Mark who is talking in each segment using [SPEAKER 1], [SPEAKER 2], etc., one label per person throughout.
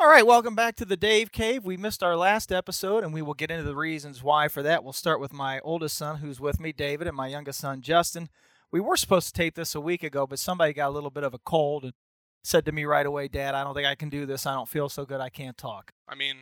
[SPEAKER 1] All right, welcome back to the Dave Cave. We missed our last episode, and we will get into the reasons why for that. We'll start with my oldest son, who's with me, David, and my youngest son, Justin. We were supposed to tape this a week ago, but somebody got a little bit of a cold and said to me right away, Dad, I don't think I can do this. I don't feel so good. I can't talk.
[SPEAKER 2] I mean,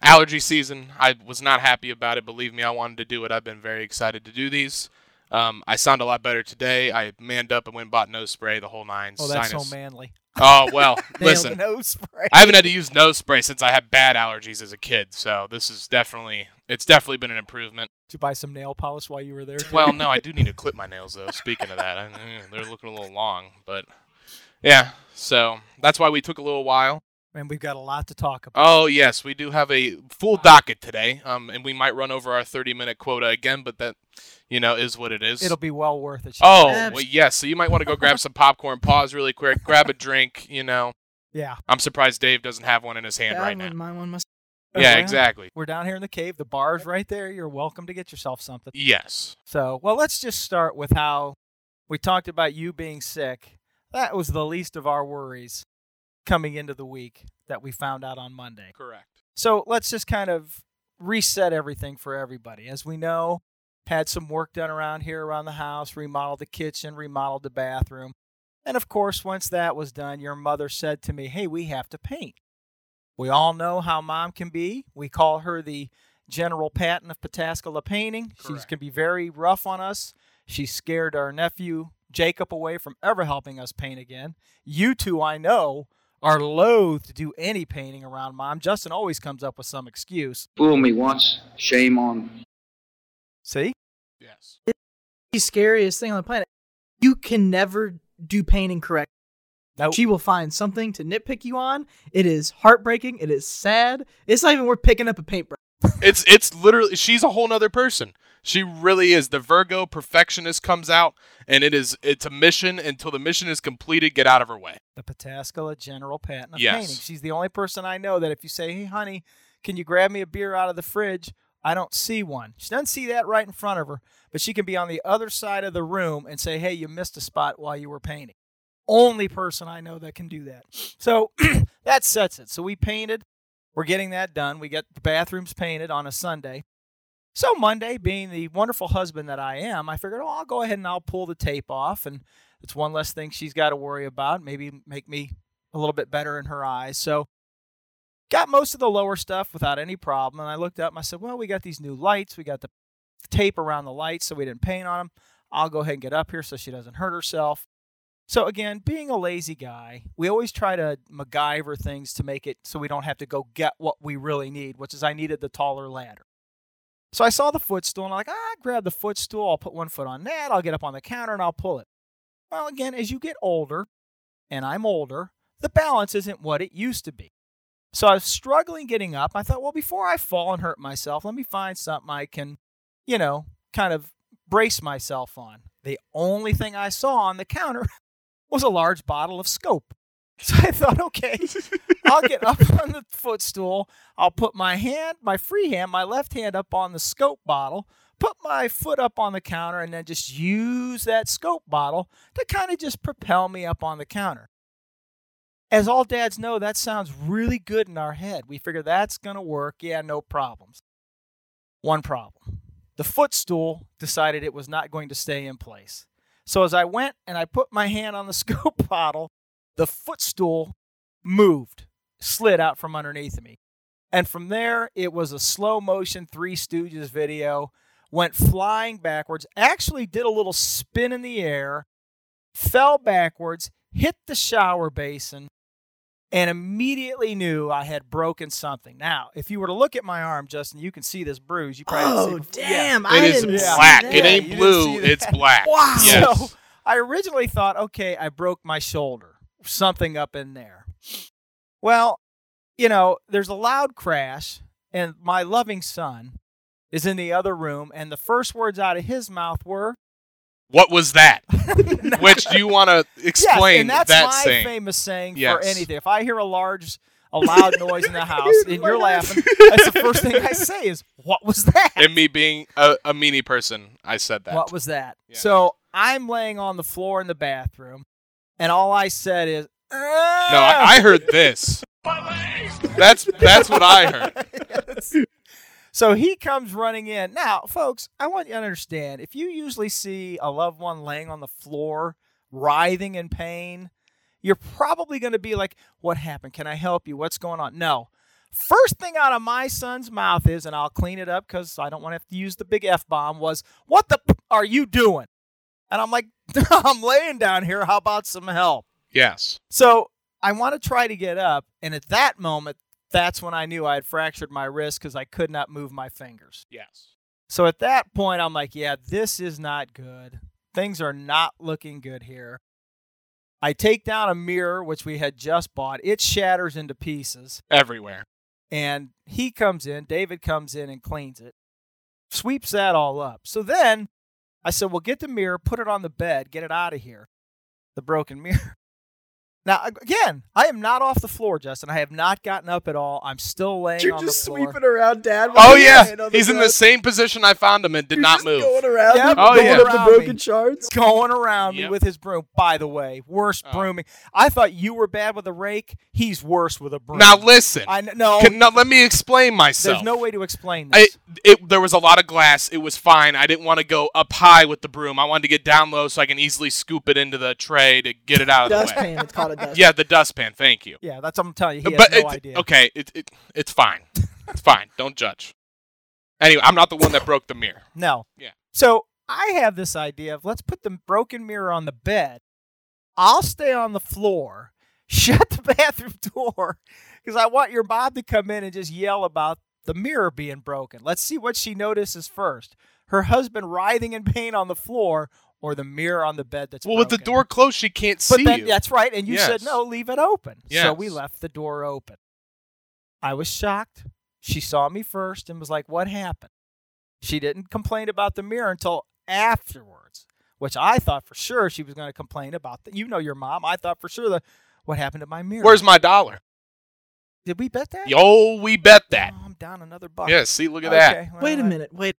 [SPEAKER 2] allergy season. I was not happy about it. Believe me, I wanted to do it. I've been very excited to do these. Um, I sound a lot better today. I manned up and went and bought nose spray, the whole nine.
[SPEAKER 1] Oh, that's so
[SPEAKER 2] sinus-
[SPEAKER 1] manly.
[SPEAKER 2] Oh well,
[SPEAKER 1] Damn,
[SPEAKER 2] listen.
[SPEAKER 1] no spray.
[SPEAKER 2] I haven't had to use nose spray since I had bad allergies as a kid, so this is definitely it's definitely been an improvement.
[SPEAKER 1] Did you buy some nail polish while you were there? too?
[SPEAKER 2] Well, no, I do need to clip my nails though. Speaking of that, I, mm, they're looking a little long, but yeah. So that's why we took a little while.
[SPEAKER 1] and we've got a lot to talk about.
[SPEAKER 2] Oh yes, we do have a full docket today, um, and we might run over our thirty-minute quota again, but that you know is what it is.
[SPEAKER 1] It'll be well worth it.
[SPEAKER 2] oh
[SPEAKER 1] Abs-
[SPEAKER 2] well, yes, so you might want to go grab some popcorn, pause really quick, grab a drink. You know,
[SPEAKER 1] yeah.
[SPEAKER 2] I'm surprised Dave doesn't have one in his hand
[SPEAKER 3] Yeah,
[SPEAKER 2] right
[SPEAKER 3] I
[SPEAKER 2] now.
[SPEAKER 3] wouldn't mind one myself.
[SPEAKER 2] Yeah,
[SPEAKER 1] Well,
[SPEAKER 2] exactly.
[SPEAKER 1] Uh-huh. We're down here in the cave. The bar's right there. You're welcome to get yourself something.
[SPEAKER 2] Yes.
[SPEAKER 1] So, well, let's just start with how we talked about you being sick. That was the least of our worries coming into the week that we found out on Monday.
[SPEAKER 2] Correct.
[SPEAKER 1] So let's just kind of reset everything for everybody. As we know, had some work done around here around the house, remodeled the kitchen, remodeled the bathroom. And of course, once that was done, your mother said to me, Hey, we have to paint. We all know how mom can be. We call her the General Patton of Pataskala painting. She's
[SPEAKER 2] Correct.
[SPEAKER 1] going to be very rough on us. She scared our nephew Jacob away from ever helping us paint again. You two, I know, are loath to do any painting around mom. Justin always comes up with some excuse.
[SPEAKER 4] Fool me once, shame on
[SPEAKER 1] See?
[SPEAKER 2] Yes.
[SPEAKER 3] The scariest thing on the planet. You can never do painting correct.
[SPEAKER 1] Nope.
[SPEAKER 3] She will find something to nitpick you on. It is heartbreaking. It is sad. It's not even worth picking up a paintbrush.
[SPEAKER 2] It's it's literally she's a whole nother person. She really is. The Virgo perfectionist comes out and it is it's a mission until the mission is completed, get out of her way.
[SPEAKER 1] the Pataskala General Patton of
[SPEAKER 2] Yes.
[SPEAKER 1] painting. She's the only person I know that if you say, "Hey, honey, can you grab me a beer out of the fridge?" I don't see one. She doesn't see that right in front of her, but she can be on the other side of the room and say, "Hey, you missed a spot while you were painting." Only person I know that can do that. So that sets it. So we painted. We're getting that done. We get the bathrooms painted on a Sunday. So Monday, being the wonderful husband that I am, I figured, oh, I'll go ahead and I'll pull the tape off, and it's one less thing she's got to worry about. Maybe make me a little bit better in her eyes. So got most of the lower stuff without any problem. And I looked up and I said, well, we got these new lights. We got the tape around the lights, so we didn't paint on them. I'll go ahead and get up here so she doesn't hurt herself. So again, being a lazy guy, we always try to MacGyver things to make it so we don't have to go get what we really need, which is I needed the taller ladder. So I saw the footstool and I'm like, ah, grab the footstool. I'll put one foot on that. I'll get up on the counter and I'll pull it. Well, again, as you get older, and I'm older, the balance isn't what it used to be. So I was struggling getting up. I thought, well, before I fall and hurt myself, let me find something I can, you know, kind of brace myself on. The only thing I saw on the counter was a large bottle of scope. So I thought, okay, I'll get up on the footstool. I'll put my hand, my free hand, my left hand up on the scope bottle, put my foot up on the counter, and then just use that scope bottle to kind of just propel me up on the counter. As all dads know, that sounds really good in our head. We figure that's going to work. Yeah, no problems. One problem the footstool decided it was not going to stay in place. So as I went and I put my hand on the scope bottle, the footstool moved, slid out from underneath me. And from there, it was a slow motion Three Stooges video, went flying backwards, actually did a little spin in the air, fell backwards, hit the shower basin, and immediately knew I had broken something. Now, if you were to look at my arm, Justin, you can see this bruise. You probably
[SPEAKER 3] Oh,
[SPEAKER 1] see before- Yeah.
[SPEAKER 3] damn. I
[SPEAKER 2] It is
[SPEAKER 3] didn't see
[SPEAKER 2] black. It
[SPEAKER 3] that.
[SPEAKER 1] Yeah, you
[SPEAKER 2] ain't
[SPEAKER 1] didn't
[SPEAKER 2] blue,
[SPEAKER 1] see that.
[SPEAKER 2] it's black.
[SPEAKER 3] Wow.
[SPEAKER 2] Yes.
[SPEAKER 1] So I originally thought, okay, I broke my shoulder, something up in there. Well, you know, there's a loud crash, and my loving son is in the other room, and the first words out of his mouth were,
[SPEAKER 2] What was that? Which do you want to explain
[SPEAKER 1] Yes, and that's
[SPEAKER 2] that
[SPEAKER 1] my
[SPEAKER 2] saying?
[SPEAKER 1] famous saying
[SPEAKER 2] Yes.
[SPEAKER 1] for anything. If I hear a large, a loud noise in the house, and you're laughing, that's the first thing I say is, "What was that?"
[SPEAKER 2] and me being a, a meanie person, I said that.
[SPEAKER 1] What was that?
[SPEAKER 2] Yeah.
[SPEAKER 1] So I'm laying on the floor in the bathroom, and all I said is,
[SPEAKER 2] no, I, I heard this.
[SPEAKER 5] Police!
[SPEAKER 2] That's that's what I heard.
[SPEAKER 1] So he comes running in. Now, folks, I want you to understand if you usually see a loved one laying on the floor, writhing in pain, you're probably going to be like, What happened? Can I help you? What's going on? No. First thing out of my son's mouth is, and I'll clean it up because I don't want to have to use the big F bomb, was, What the p- are you doing? And I'm like, I'm laying down here. How about some help?
[SPEAKER 2] Yes.
[SPEAKER 1] So I want to try to get up. And at that moment, that's when I knew I had fractured my wrist because I could not move my fingers.
[SPEAKER 2] Yes.
[SPEAKER 1] So at that point, I'm like, yeah, this is not good. Things are not looking good here. I take down a mirror, which we had just bought. It shatters into pieces.
[SPEAKER 2] Everywhere.
[SPEAKER 1] And he comes in, David comes in and cleans it, sweeps that all up. So then I said, well, get the mirror, put it on the bed, get it out of here, the broken mirror. Now, ag- again, I am not off the floor, Justin. I have not gotten up at all. I'm still laying
[SPEAKER 3] You're
[SPEAKER 1] on
[SPEAKER 3] just
[SPEAKER 1] the floor.
[SPEAKER 3] sweeping around, Dad. while
[SPEAKER 2] Oh
[SPEAKER 3] he's
[SPEAKER 2] yeah.
[SPEAKER 3] laying on the
[SPEAKER 2] He's in
[SPEAKER 3] ground.
[SPEAKER 2] the same position I found him in. Did
[SPEAKER 3] You're
[SPEAKER 2] not
[SPEAKER 3] just
[SPEAKER 2] move.
[SPEAKER 3] Going around,
[SPEAKER 1] Yep.
[SPEAKER 3] oh,
[SPEAKER 2] Oh,
[SPEAKER 3] going
[SPEAKER 2] yeah.
[SPEAKER 3] up the
[SPEAKER 1] Around me.
[SPEAKER 3] broken shards.
[SPEAKER 1] going around me
[SPEAKER 2] Yep.
[SPEAKER 1] with his broom. By the way, worst
[SPEAKER 2] Oh.
[SPEAKER 1] brooming. I thought you were bad with a rake. He's worse with a broom.
[SPEAKER 2] Now listen.
[SPEAKER 1] I kn- no.
[SPEAKER 2] Can, no, let me explain myself.
[SPEAKER 1] there's no way to explain
[SPEAKER 2] I,
[SPEAKER 1] this.
[SPEAKER 2] it, there was a lot of glass. It was fine. I didn't want to go up high with the broom. I wanted to get down low so I can easily scoop it into the tray to get it out of the way.
[SPEAKER 3] Dustpan. It's called a dustpan.
[SPEAKER 2] Yeah, the dustpan. Thank you.
[SPEAKER 1] yeah, that's what I'm telling you. He has
[SPEAKER 2] but
[SPEAKER 1] no
[SPEAKER 2] it,
[SPEAKER 1] idea.
[SPEAKER 2] okay, it, it, it's fine. It's fine. Don't judge. Anyway, I'm not the one that broke the mirror.
[SPEAKER 1] No.
[SPEAKER 2] Yeah.
[SPEAKER 1] So I have this idea of let's put the broken mirror on the bed. I'll stay on the floor. Shut the bathroom door because I want your mom to come in and just yell about the mirror being broken. Let's see what she notices first: her husband writhing in pain on the floor, or the mirror on the bed that's
[SPEAKER 2] well, with the
[SPEAKER 1] broken.
[SPEAKER 2] door closed, she can't
[SPEAKER 1] But
[SPEAKER 2] see
[SPEAKER 1] then
[SPEAKER 2] you.
[SPEAKER 1] that's right, and you said
[SPEAKER 2] Yes.
[SPEAKER 1] no, leave it open. So we
[SPEAKER 2] Yes.
[SPEAKER 1] left the door open. I was shocked. She saw me first and was like, "What happened?" She didn't complain about the mirror until afterwards, which I thought for sure she was going to complain about. The, you know your mom. I thought for sure the what happened to my mirror.
[SPEAKER 2] Where's my dollar?
[SPEAKER 1] did we bet that?
[SPEAKER 2] Yo, we bet that.
[SPEAKER 1] Oh, I'm down another buck.
[SPEAKER 2] Yeah, see, look at that.
[SPEAKER 1] well,
[SPEAKER 3] Wait a
[SPEAKER 1] I-
[SPEAKER 3] minute. Wait.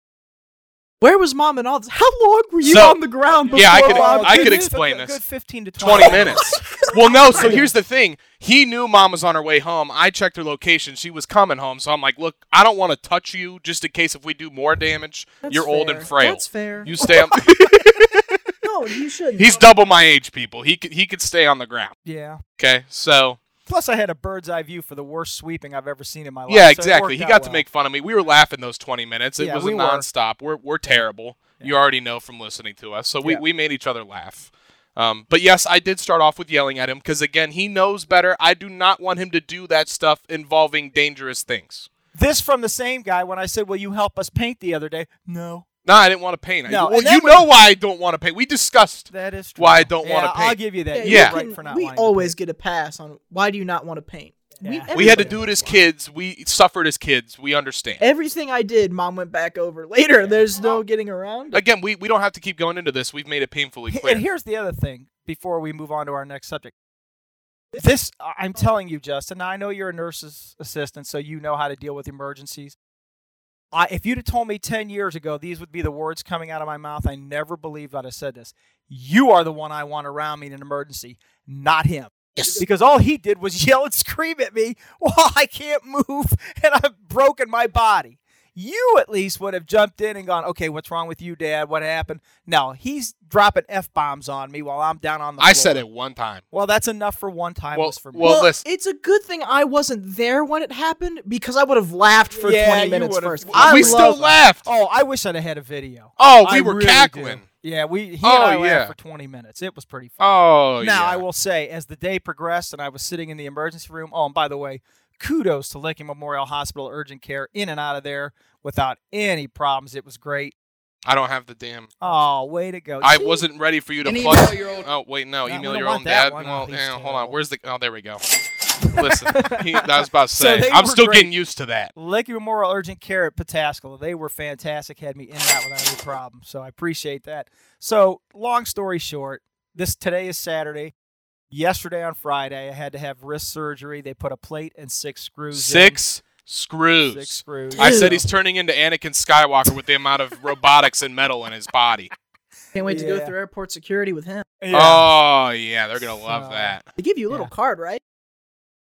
[SPEAKER 3] Where was mom and all this? How long were you
[SPEAKER 2] So-
[SPEAKER 3] on the ground before
[SPEAKER 2] Yeah, I could-
[SPEAKER 3] mom
[SPEAKER 2] I
[SPEAKER 3] came
[SPEAKER 2] could
[SPEAKER 3] in?
[SPEAKER 1] Good-
[SPEAKER 2] explain
[SPEAKER 1] good-
[SPEAKER 2] this.
[SPEAKER 1] Good 15 to 20,
[SPEAKER 2] 20 minutes. Well, no, so here's the thing. He knew mom was on her way home. I checked her location. She was coming home. So I'm like, look, I don't want to touch you just in case if we do more damage,
[SPEAKER 3] That's
[SPEAKER 2] you're old and
[SPEAKER 3] fair.
[SPEAKER 2] frail.
[SPEAKER 3] That's fair.
[SPEAKER 2] You stay on.
[SPEAKER 3] No, you shouldn't.
[SPEAKER 2] He's double my age, people. He could, he could stay on the ground.
[SPEAKER 1] Yeah.
[SPEAKER 2] Okay, so
[SPEAKER 1] Plus, I had a bird's eye view for the worst sweeping I've ever seen in my life.
[SPEAKER 2] yeah,
[SPEAKER 1] so it
[SPEAKER 2] exactly.
[SPEAKER 1] worked
[SPEAKER 2] He
[SPEAKER 1] out
[SPEAKER 2] got to
[SPEAKER 1] well.
[SPEAKER 2] make fun of me. We were laughing those 20 minutes. It
[SPEAKER 1] Yeah,
[SPEAKER 2] was
[SPEAKER 1] we
[SPEAKER 2] a
[SPEAKER 1] were.
[SPEAKER 2] nonstop. We're we're terrible. You already know from listening to us. So we,
[SPEAKER 1] Yeah.
[SPEAKER 2] we made each other laugh. Um, but yes, I did start off with yelling at him because again, he knows better. I do not want him to do that stuff involving dangerous things.
[SPEAKER 1] This from the same guy when I said, "Will you help us paint the other day?" No,
[SPEAKER 2] No, I didn't want to paint. I-
[SPEAKER 1] No,
[SPEAKER 2] well,
[SPEAKER 1] and then
[SPEAKER 2] you
[SPEAKER 1] we-
[SPEAKER 2] know why I don't want to paint. We discussed.
[SPEAKER 1] that is true.
[SPEAKER 2] Why I don't wanna
[SPEAKER 1] Yeah, I'll
[SPEAKER 2] paint.
[SPEAKER 1] give you that.
[SPEAKER 3] Yeah,
[SPEAKER 1] You're
[SPEAKER 2] Yeah.
[SPEAKER 1] right
[SPEAKER 3] you
[SPEAKER 1] for
[SPEAKER 3] can-
[SPEAKER 1] not.
[SPEAKER 3] we
[SPEAKER 1] wanting to
[SPEAKER 3] always
[SPEAKER 1] paint.
[SPEAKER 3] get a pass on why do you not want to paint?
[SPEAKER 1] Yeah.
[SPEAKER 2] We had to
[SPEAKER 3] everybody-
[SPEAKER 2] do it as kids. We suffered as kids. We understand.
[SPEAKER 3] Everything I did, mom went back over later. There's no getting around. it.
[SPEAKER 2] Again, we, we don't have to keep going into this. We've made it painfully
[SPEAKER 1] H-
[SPEAKER 2] clear.
[SPEAKER 1] And here's the other thing before we move on to our next subject. This, I- I'm telling you, Justin, now I know you're a nurse's assistant, so you know how to deal with emergencies. I, if you'd have told me 10 years ago these would be the words coming out of my mouth, I never believed I'd have said this. You are the one I want around me in an emergency, not him. Yes. Because all he did was yell and scream at me while I can't move and I've broken my body. You at least would have jumped in and gone, okay, what's wrong with you, Dad? What happened? No, he's dropping F bombs on me while I'm down on the floor.
[SPEAKER 2] I said it one time.
[SPEAKER 1] Well, that's enough for one time
[SPEAKER 2] Well-
[SPEAKER 1] was for me.
[SPEAKER 2] well- listen-
[SPEAKER 3] it's a good thing I wasn't there when it happened because I would have laughed for
[SPEAKER 1] Yeah,
[SPEAKER 3] 20
[SPEAKER 1] you
[SPEAKER 3] minutes
[SPEAKER 1] would've-
[SPEAKER 3] first.
[SPEAKER 1] I
[SPEAKER 2] we
[SPEAKER 1] love
[SPEAKER 2] still
[SPEAKER 1] it.
[SPEAKER 2] laughed.
[SPEAKER 1] oh, I wish I'd have had a video.
[SPEAKER 2] Oh, we
[SPEAKER 1] I
[SPEAKER 2] were
[SPEAKER 1] really do.
[SPEAKER 2] cackling.
[SPEAKER 1] Yeah, we he
[SPEAKER 2] Oh,
[SPEAKER 1] and I
[SPEAKER 2] yeah.
[SPEAKER 1] laughed for 20 minutes. It was pretty fun.
[SPEAKER 2] Oh,
[SPEAKER 1] now,
[SPEAKER 2] yeah.
[SPEAKER 1] I will say, as the day progressed and I was sitting in the emergency room, oh, and by the way, kudos to Lincoln Memorial Hospital Urgent Care in and out of there without any problems. It was great.
[SPEAKER 2] I don't have the damn.
[SPEAKER 1] Oh, way to go.
[SPEAKER 2] I
[SPEAKER 1] See?
[SPEAKER 2] wasn't ready for you to
[SPEAKER 4] And
[SPEAKER 2] plug.
[SPEAKER 4] email your old-
[SPEAKER 2] Oh wait, no,
[SPEAKER 1] No, we
[SPEAKER 2] email
[SPEAKER 1] don't
[SPEAKER 2] your
[SPEAKER 1] want
[SPEAKER 2] own
[SPEAKER 1] that
[SPEAKER 2] dad.
[SPEAKER 1] one.
[SPEAKER 2] Well,
[SPEAKER 1] He's
[SPEAKER 2] yeah, hold on.
[SPEAKER 1] terrible.
[SPEAKER 2] Where's the? Oh, there we go. Listen, he, that was about to
[SPEAKER 1] So
[SPEAKER 2] say.
[SPEAKER 1] they
[SPEAKER 2] I'm
[SPEAKER 1] were
[SPEAKER 2] still
[SPEAKER 1] great.
[SPEAKER 2] getting used to that.
[SPEAKER 1] Lakeview Memorial Urgent Care at Pataskala. They were fantastic, had me in and out without any problem. So I appreciate that. So long story short, this today is Saturday. Yesterday on Friday, I had to have wrist surgery. They put a plate and six screws. in.
[SPEAKER 2] Six screws.
[SPEAKER 1] Six screws.
[SPEAKER 2] I said he's turning into Anakin Skywalker with the amount of robotics and metal in his body.
[SPEAKER 3] Can't wait to
[SPEAKER 1] Yeah.
[SPEAKER 3] go through airport security with him.
[SPEAKER 1] Yeah.
[SPEAKER 2] Oh yeah, they're gonna love
[SPEAKER 1] So-
[SPEAKER 2] that. Ah,
[SPEAKER 3] They give you a little
[SPEAKER 1] Yeah.
[SPEAKER 3] card, right?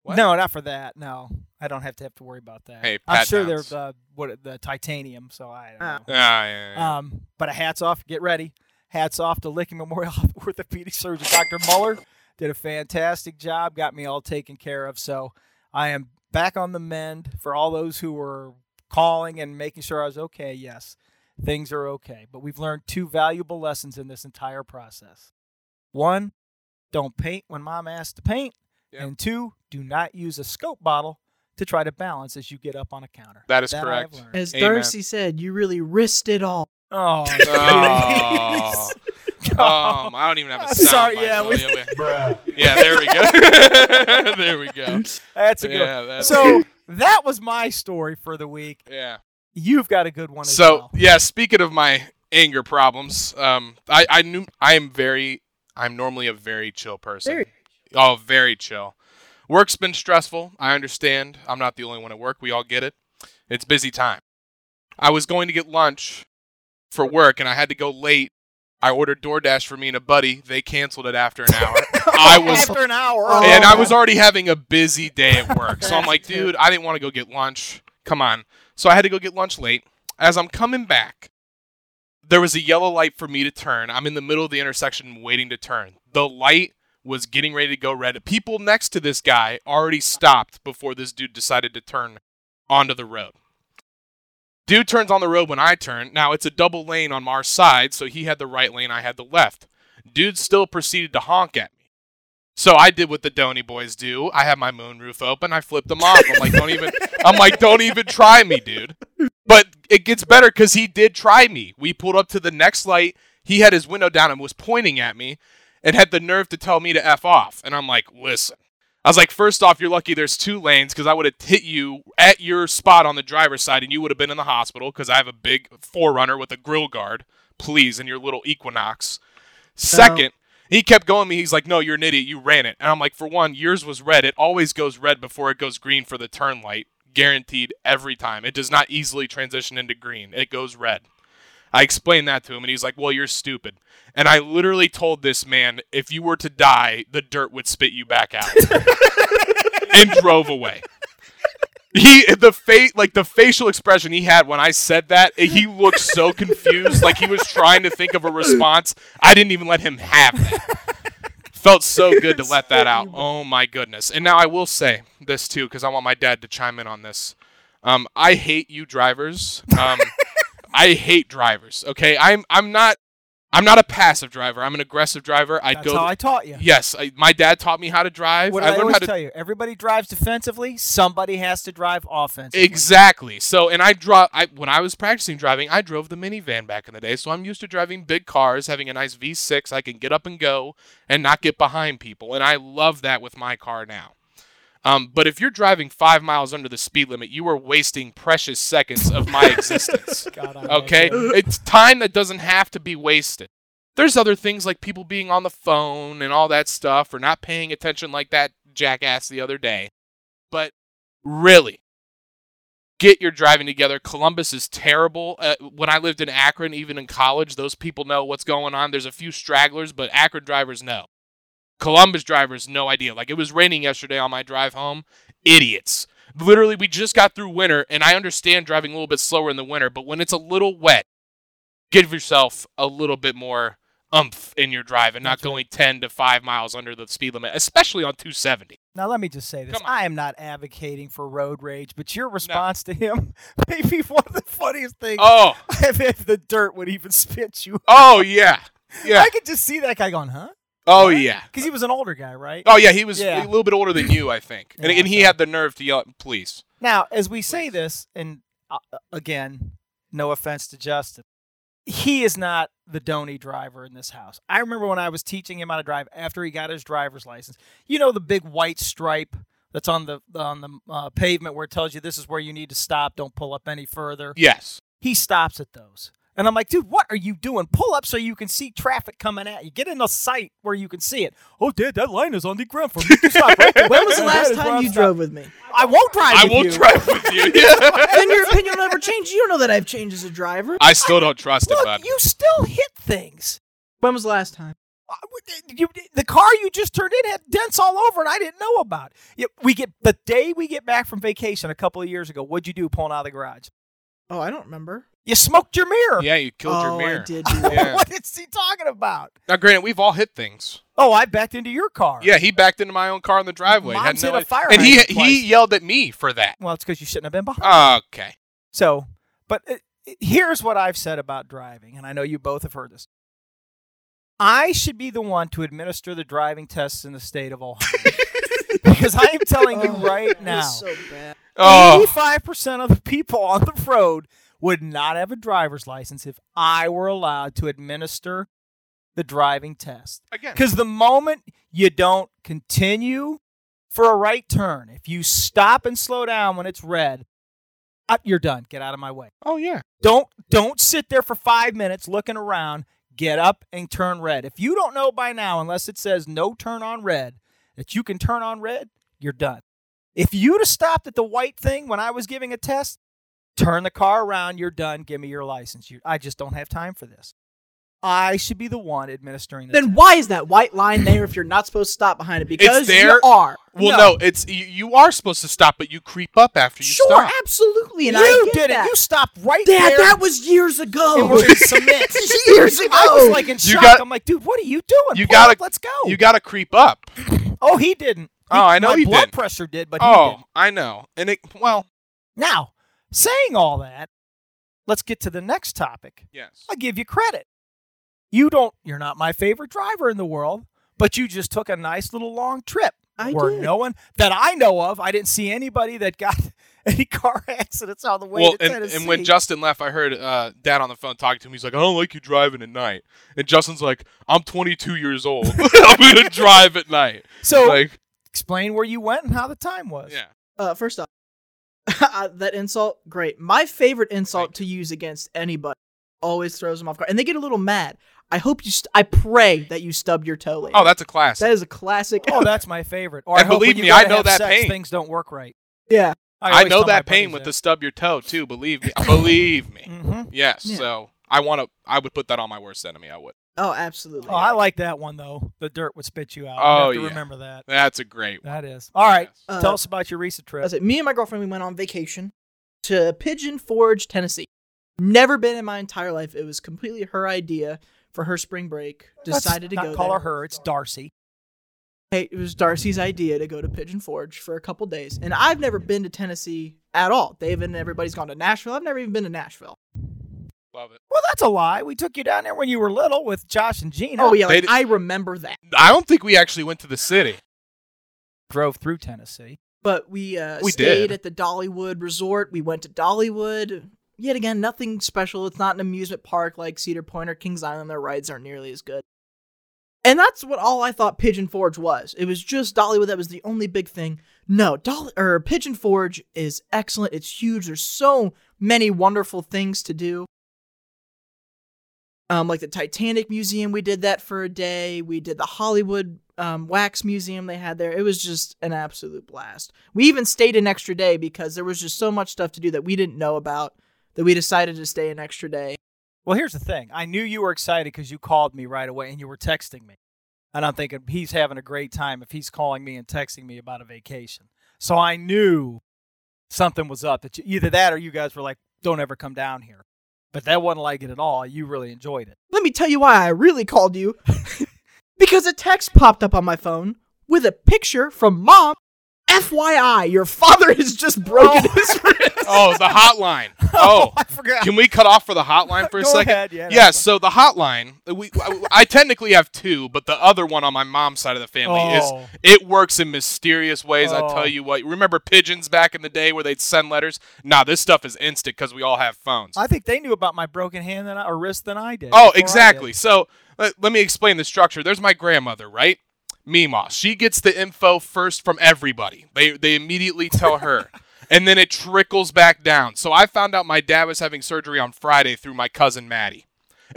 [SPEAKER 2] What?
[SPEAKER 1] No, not for that. No, I don't have to have to worry about that.
[SPEAKER 2] Hey,
[SPEAKER 1] I'm
[SPEAKER 2] Pat
[SPEAKER 1] sure
[SPEAKER 2] Downs.
[SPEAKER 1] they're uh, what the titanium, so I
[SPEAKER 3] Ah.
[SPEAKER 1] don't know.
[SPEAKER 2] Ah, yeah, yeah.
[SPEAKER 1] Um, but a hats off. Get ready. Hats off to Licking Memorial Orthopedic Surgeon Dr. Muller. Did a fantastic job. Got me all taken care of. So I am back on the mend for all those who were calling and making sure I was okay. Yes, things are okay. But we've learned two valuable lessons in this entire process. One, don't paint when mom asks to paint.
[SPEAKER 2] Yeah.
[SPEAKER 1] And two, do not use a scope bottle to try to balance as you get up on a counter.
[SPEAKER 2] That is
[SPEAKER 1] I have
[SPEAKER 2] correct.
[SPEAKER 1] learned.
[SPEAKER 3] As
[SPEAKER 2] Amen.
[SPEAKER 3] Thirsty said, you really risked it all.
[SPEAKER 1] Oh,
[SPEAKER 2] Oh. um, I don't even have a
[SPEAKER 1] I'm
[SPEAKER 2] sound.
[SPEAKER 1] sorry,
[SPEAKER 2] bite,
[SPEAKER 1] yeah,
[SPEAKER 2] so
[SPEAKER 1] we-
[SPEAKER 2] we- yeah, there we go. there we go.
[SPEAKER 1] that's a good.
[SPEAKER 2] yeah,
[SPEAKER 1] one.
[SPEAKER 2] that's,
[SPEAKER 1] So that was my story for the week.
[SPEAKER 2] yeah.
[SPEAKER 1] You've got a good one. As
[SPEAKER 2] So
[SPEAKER 1] well.
[SPEAKER 2] yeah, speaking of my anger problems, um, I I knew I am very I'm normally a very chill person.
[SPEAKER 3] Very.
[SPEAKER 2] Oh, very chill. Work's been stressful. I understand. I'm not the only one at work. We all get it. It's busy time. I was going to get lunch for work, and I had to go late. I ordered DoorDash for me and a buddy. They canceled it after an hour. I was
[SPEAKER 1] after an hour.
[SPEAKER 3] Oh.
[SPEAKER 2] and I was already having a busy day at work. So I'm like, dude, I didn't want to go get lunch. Come on. So I had to go get lunch late. As I'm coming back, there was a yellow light for me to turn. I'm in the middle of the intersection waiting to turn. The light was getting ready to go red. People next to this guy already stopped before this dude decided to turn onto the road. Dude turns on the road when I turn. Now it's a double lane on our side, so he had the right lane, I had the left. Dude still proceeded to honk at me. So I did what the Donny boys do. I had my moonroof open. I flipped them off. I'm like, don't even. I'm like, don't even try me, dude. But it gets better because he did try me. We pulled up to the next light. He had his window down and was pointing at me, and had the nerve to tell me to f off. And I'm like, listen. I was like, first off, you're lucky there's two lanes because I would have hit you at your spot on the driver's side, and you would have been in the hospital because I have a big forerunner with a grill guard. Please, in your little Equinox. Second, he kept going at me. He's like, "No, you're an idiot. You ran it." And I'm like, "For one, yours was red. It always goes red before it goes green for the turn light, guaranteed every time. It does not easily transition into green. It goes red." I explained that to him, and he's like, "Well, you're stupid." And I literally told this man, "If you were to die, the dirt would spit you back out," and drove away. He the fa- like the facial expression he had when I said that, he looked so confused, like he was trying to think of a response. I didn't even let him have that felt so good to let that out. Oh my goodness! And now I will say this too, because I want my dad to chime in on this. Um, I hate you drivers. Um, I hate drivers. Okay, I'm I'm not I'm not a passive driver. I'm an aggressive driver. I
[SPEAKER 1] That's
[SPEAKER 2] go.
[SPEAKER 1] how I taught you.
[SPEAKER 2] yes, I, my dad taught me how to drive.
[SPEAKER 1] What did
[SPEAKER 2] I
[SPEAKER 1] I,
[SPEAKER 2] learned
[SPEAKER 1] always
[SPEAKER 2] how to
[SPEAKER 1] tell you? Everybody drives defensively. Somebody has to drive offensively.
[SPEAKER 2] Exactly. So, and I draw. I when I was practicing driving, I drove the minivan back in the day. So I'm used to driving big cars, having a nice V6. I can get up and go and not get behind people, and I love that with my car now. Um, but if you're driving five miles under the speed limit, you are wasting precious seconds of my existence.
[SPEAKER 1] Oh God, I love
[SPEAKER 2] Okay,
[SPEAKER 1] you.
[SPEAKER 2] it's time that doesn't have to be wasted. There's other things like people being on the phone and all that stuff, or not paying attention like that jackass the other day. But really, get your driving together. Columbus is terrible. Uh, when I lived in Akron, even in college, those people know what's going on. There's a few stragglers, but Akron drivers know. Columbus drivers, no idea. Like it was raining yesterday on my drive home. Idiots. Literally, we just got through winter, and I understand driving a little bit slower in the winter, but when it's a little wet, give yourself a little bit more umph in your drive and not
[SPEAKER 1] That's right.
[SPEAKER 2] going 10 to 5 miles under the speed limit, especially on 270.
[SPEAKER 1] Now let me just say this:
[SPEAKER 2] Come on.
[SPEAKER 1] I am not advocating for road rage, but your response to him may be one of the funniest things.
[SPEAKER 2] Oh,
[SPEAKER 1] I've had the dirt would even spit you.
[SPEAKER 2] oh, yeah. Yeah.
[SPEAKER 1] I could just see that guy going, huh?
[SPEAKER 2] Oh, yeah.
[SPEAKER 1] Because he was an older guy, right?
[SPEAKER 2] Oh yeah, he was
[SPEAKER 1] Yeah.
[SPEAKER 2] a little bit older than you, I think, and,
[SPEAKER 1] Yeah,
[SPEAKER 2] and he
[SPEAKER 1] so-
[SPEAKER 2] had the nerve to yell, at- "Please."
[SPEAKER 1] Now, as we say this, and uh, again, no offense to Justin, he is not the Donny driver in this house. I remember when I was teaching him how to drive after he got his driver's license. You know the big white stripe that's on the on the uh, pavement where it tells you this is where you need to stop. Don't pull up any further.
[SPEAKER 2] Yes.
[SPEAKER 1] He stops at those. And I'm like, dude, what are you doing? Pull up so you can see traffic coming at you. Get in the sight where you can see it. Oh, Dad, that line is on the ground for me to stop right there.
[SPEAKER 3] When was the
[SPEAKER 1] That
[SPEAKER 3] last
[SPEAKER 1] is where
[SPEAKER 3] time
[SPEAKER 1] I'm
[SPEAKER 3] you
[SPEAKER 1] stop-
[SPEAKER 3] drove with me?
[SPEAKER 1] I won't drive.
[SPEAKER 2] I
[SPEAKER 1] with
[SPEAKER 2] will
[SPEAKER 1] you.
[SPEAKER 2] drive with you. Yeah.
[SPEAKER 3] Then your opinion will never change. You don't know that I've changed as a driver.
[SPEAKER 2] I still don't trust it,
[SPEAKER 1] Look,
[SPEAKER 2] bud.
[SPEAKER 1] you still hit things.
[SPEAKER 3] When was the last time?
[SPEAKER 1] Uh, w- you- the car you just turned in had dents all over, and I didn't know about. it. Yeah, we get the day we get back from vacation a couple of years ago. What'd you do pulling out of the garage?
[SPEAKER 3] Oh, I don't remember.
[SPEAKER 1] You smoked your mirror.
[SPEAKER 2] Yeah, you killed
[SPEAKER 3] Oh,
[SPEAKER 2] your mirror.
[SPEAKER 3] I did. Do that.
[SPEAKER 2] Yeah.
[SPEAKER 1] what is he talking about?
[SPEAKER 2] Now, granted, we've all hit things.
[SPEAKER 1] Oh, I backed into your car.
[SPEAKER 2] Yeah, he backed into my own car in the driveway.
[SPEAKER 1] Mom's hit
[SPEAKER 2] Had no
[SPEAKER 1] a
[SPEAKER 2] idea-
[SPEAKER 1] fire
[SPEAKER 2] and he
[SPEAKER 1] hydrant twice.
[SPEAKER 2] he yelled at me for that.
[SPEAKER 1] Well, it's because you shouldn't have been
[SPEAKER 2] Uh,
[SPEAKER 1] behind.
[SPEAKER 2] Okay.
[SPEAKER 1] So, but uh, here's what I've said about driving, and I know you both have heard this. I should be the one to administer the driving tests in the state of Ohio. because I am telling you
[SPEAKER 3] Oh,
[SPEAKER 1] right
[SPEAKER 3] that
[SPEAKER 1] now,
[SPEAKER 3] was so bad.
[SPEAKER 2] Oh,
[SPEAKER 1] 85% of the people on the road would not have a driver's license if I were allowed to administer the driving test.
[SPEAKER 2] again.
[SPEAKER 1] Because the moment you don't continue for a right turn, if you stop and slow down when it's red, uh, you're done. Get out of my way.
[SPEAKER 2] Oh yeah.
[SPEAKER 1] Don't don't sit there for five minutes looking around. Get up and turn red. If you don't know by now, unless it says no turn on red, that you can turn on red, you're done. If you'd have stopped at the white thing when I was giving a test, turn the car around, you're done. Give me your license. You, I just don't have time for this. I should be the one administering this.
[SPEAKER 3] Then why is that white line there if you're not supposed to stop behind it? Because
[SPEAKER 2] there.
[SPEAKER 3] you are.
[SPEAKER 1] No.
[SPEAKER 2] Well, no, it's you, you are supposed to stop, but you creep up after you
[SPEAKER 3] Sure,
[SPEAKER 2] stop.
[SPEAKER 3] absolutely. And I
[SPEAKER 1] you
[SPEAKER 3] get
[SPEAKER 1] did
[SPEAKER 3] that.
[SPEAKER 1] it. You stopped right
[SPEAKER 3] Dad,
[SPEAKER 1] there.
[SPEAKER 3] that was years
[SPEAKER 1] and
[SPEAKER 3] ago.
[SPEAKER 1] we're in cement.
[SPEAKER 3] years ago.
[SPEAKER 1] I was like in
[SPEAKER 2] You
[SPEAKER 1] shock.
[SPEAKER 2] got-
[SPEAKER 1] I'm like, dude, what are you doing?
[SPEAKER 2] You
[SPEAKER 1] Pull up,
[SPEAKER 2] gotta-
[SPEAKER 1] let's go.
[SPEAKER 2] You got to creep up.
[SPEAKER 1] Oh, he didn't.
[SPEAKER 2] Oh,
[SPEAKER 1] He-
[SPEAKER 2] I know
[SPEAKER 1] my
[SPEAKER 2] he
[SPEAKER 1] blood
[SPEAKER 2] didn't.
[SPEAKER 1] pressure did, but he
[SPEAKER 2] Oh,
[SPEAKER 1] didn't.
[SPEAKER 2] I know. And it well,
[SPEAKER 1] Now, saying all that, let's get to the next topic.
[SPEAKER 2] yes.
[SPEAKER 1] I'll give you credit. You don't. You're not my favorite driver in the world, but you just took a nice little long trip.
[SPEAKER 3] I
[SPEAKER 1] where
[SPEAKER 3] did.
[SPEAKER 1] no one that I know of, I didn't see anybody that got any car accidents on the way
[SPEAKER 2] Well,
[SPEAKER 1] to
[SPEAKER 2] and,
[SPEAKER 1] Tennessee.
[SPEAKER 2] and when Justin left, I heard uh, Dad on the phone talking to him. He's like, "I don't like you driving at night." And Justin's like, "I'm 22 years old. I'm gonna drive at night."
[SPEAKER 1] so
[SPEAKER 2] like,
[SPEAKER 1] explain where you went and how the time was.
[SPEAKER 2] yeah,
[SPEAKER 3] Uh, first off, that insult, great. My favorite insult to use against anybody always throws them off guard, and they get a little mad. I hope you. St- I pray that you stub your toe. Later.
[SPEAKER 2] Oh, that's a class.
[SPEAKER 3] that is a classic.
[SPEAKER 1] Oh, that's my favorite. Or
[SPEAKER 2] And
[SPEAKER 1] I hope
[SPEAKER 2] believe
[SPEAKER 1] when
[SPEAKER 2] me,
[SPEAKER 1] you go
[SPEAKER 2] I
[SPEAKER 1] to
[SPEAKER 2] know
[SPEAKER 1] have
[SPEAKER 2] that
[SPEAKER 1] sex,
[SPEAKER 2] pain.
[SPEAKER 1] Things don't work right.
[SPEAKER 3] yeah.
[SPEAKER 2] I know that pain with the stub your toe too. Believe me. believe me.
[SPEAKER 1] hmm
[SPEAKER 2] Yes.
[SPEAKER 3] Yeah.
[SPEAKER 2] So I want to. I would put that on my worst enemy. I would.
[SPEAKER 3] Oh, absolutely.
[SPEAKER 1] Oh, I like that one though. The dirt would spit you out.
[SPEAKER 2] Oh,
[SPEAKER 1] Oh, have to
[SPEAKER 2] yeah.
[SPEAKER 1] remember that.
[SPEAKER 2] That's a great. One.
[SPEAKER 1] That is all right.
[SPEAKER 2] Yes.
[SPEAKER 3] Uh,
[SPEAKER 1] Tell us about your recent trip.
[SPEAKER 3] That's it. Me and my girlfriend we went on vacation to Pigeon Forge, Tennessee. Never been in my entire life. It was completely her idea for her spring break.
[SPEAKER 1] Let's
[SPEAKER 3] Decided to
[SPEAKER 1] not
[SPEAKER 3] go
[SPEAKER 1] Call
[SPEAKER 3] there.
[SPEAKER 1] her her. It's Darcy.
[SPEAKER 3] Hey, it was Darcy's idea to go to Pigeon Forge for a couple days, and I've never been to Tennessee at all. Dave and everybody's gone to Nashville. I've never even been to Nashville.
[SPEAKER 1] uh,
[SPEAKER 2] Love it.
[SPEAKER 1] Well, that's a lie. We took you down there when you were little with Josh and Gina.
[SPEAKER 3] Oh yeah,
[SPEAKER 2] They
[SPEAKER 3] like,
[SPEAKER 2] di-
[SPEAKER 3] I remember that.
[SPEAKER 2] I don't think we actually went to the city.
[SPEAKER 1] drove through Tennessee.
[SPEAKER 3] But we uh,
[SPEAKER 2] We
[SPEAKER 3] stayed
[SPEAKER 2] did.
[SPEAKER 3] at the Dollywood Resort. We went to Dollywood. Yet again, nothing special. It's not an amusement park like Cedar Point or Kings Island. Their rides aren't nearly as good. And that's what all I thought Pigeon Forge was. It was just Dollywood that was the only big thing. No, Dolly or Pigeon Forge is excellent. It's huge. There's so many wonderful things to do. Um, like the Titanic Museum, we did that for a day. We did the Hollywood um, Wax Museum they had there. It was just an absolute blast. We even stayed an extra day because there was just so much stuff to do that we didn't know about that we decided to stay an extra day.
[SPEAKER 1] Well, here's the thing. I knew you were excited because you called me right away and you were texting me. And I'm thinking he's having a great time if he's calling me and texting me about a vacation. So I knew something was up. That you, either that or you guys were like, "Don't ever come down here." But that wasn't like it at all. You really enjoyed it.
[SPEAKER 3] Let me tell you why I really called you because a text popped up on my phone with a picture from mom. FYI, your father has just broken his wrist.
[SPEAKER 2] Oh, the hotline. Oh,
[SPEAKER 1] I forgot.
[SPEAKER 2] can we cut off for the hotline for a
[SPEAKER 1] Go
[SPEAKER 2] second?
[SPEAKER 1] ahead, yeah, that's
[SPEAKER 2] yeah. So the hotline. We. I, I technically have two, but the other one on my mom's side of the family
[SPEAKER 1] Oh.
[SPEAKER 2] is. It works in mysterious ways. I
[SPEAKER 1] Oh.
[SPEAKER 2] tell you what. Remember pigeons back in the day where they'd send letters? Nah, this stuff is instant because we all have phones.
[SPEAKER 1] I think they knew about my broken hand than I, or wrist than I did.
[SPEAKER 2] Oh,
[SPEAKER 1] before I
[SPEAKER 2] exactly.
[SPEAKER 1] did.
[SPEAKER 2] So let, let me explain the structure. There's my grandmother, right? Mima. She gets the info first from everybody. They they immediately tell her. and then it trickles back down. So I found out my dad was having surgery on Friday through my cousin Maddie.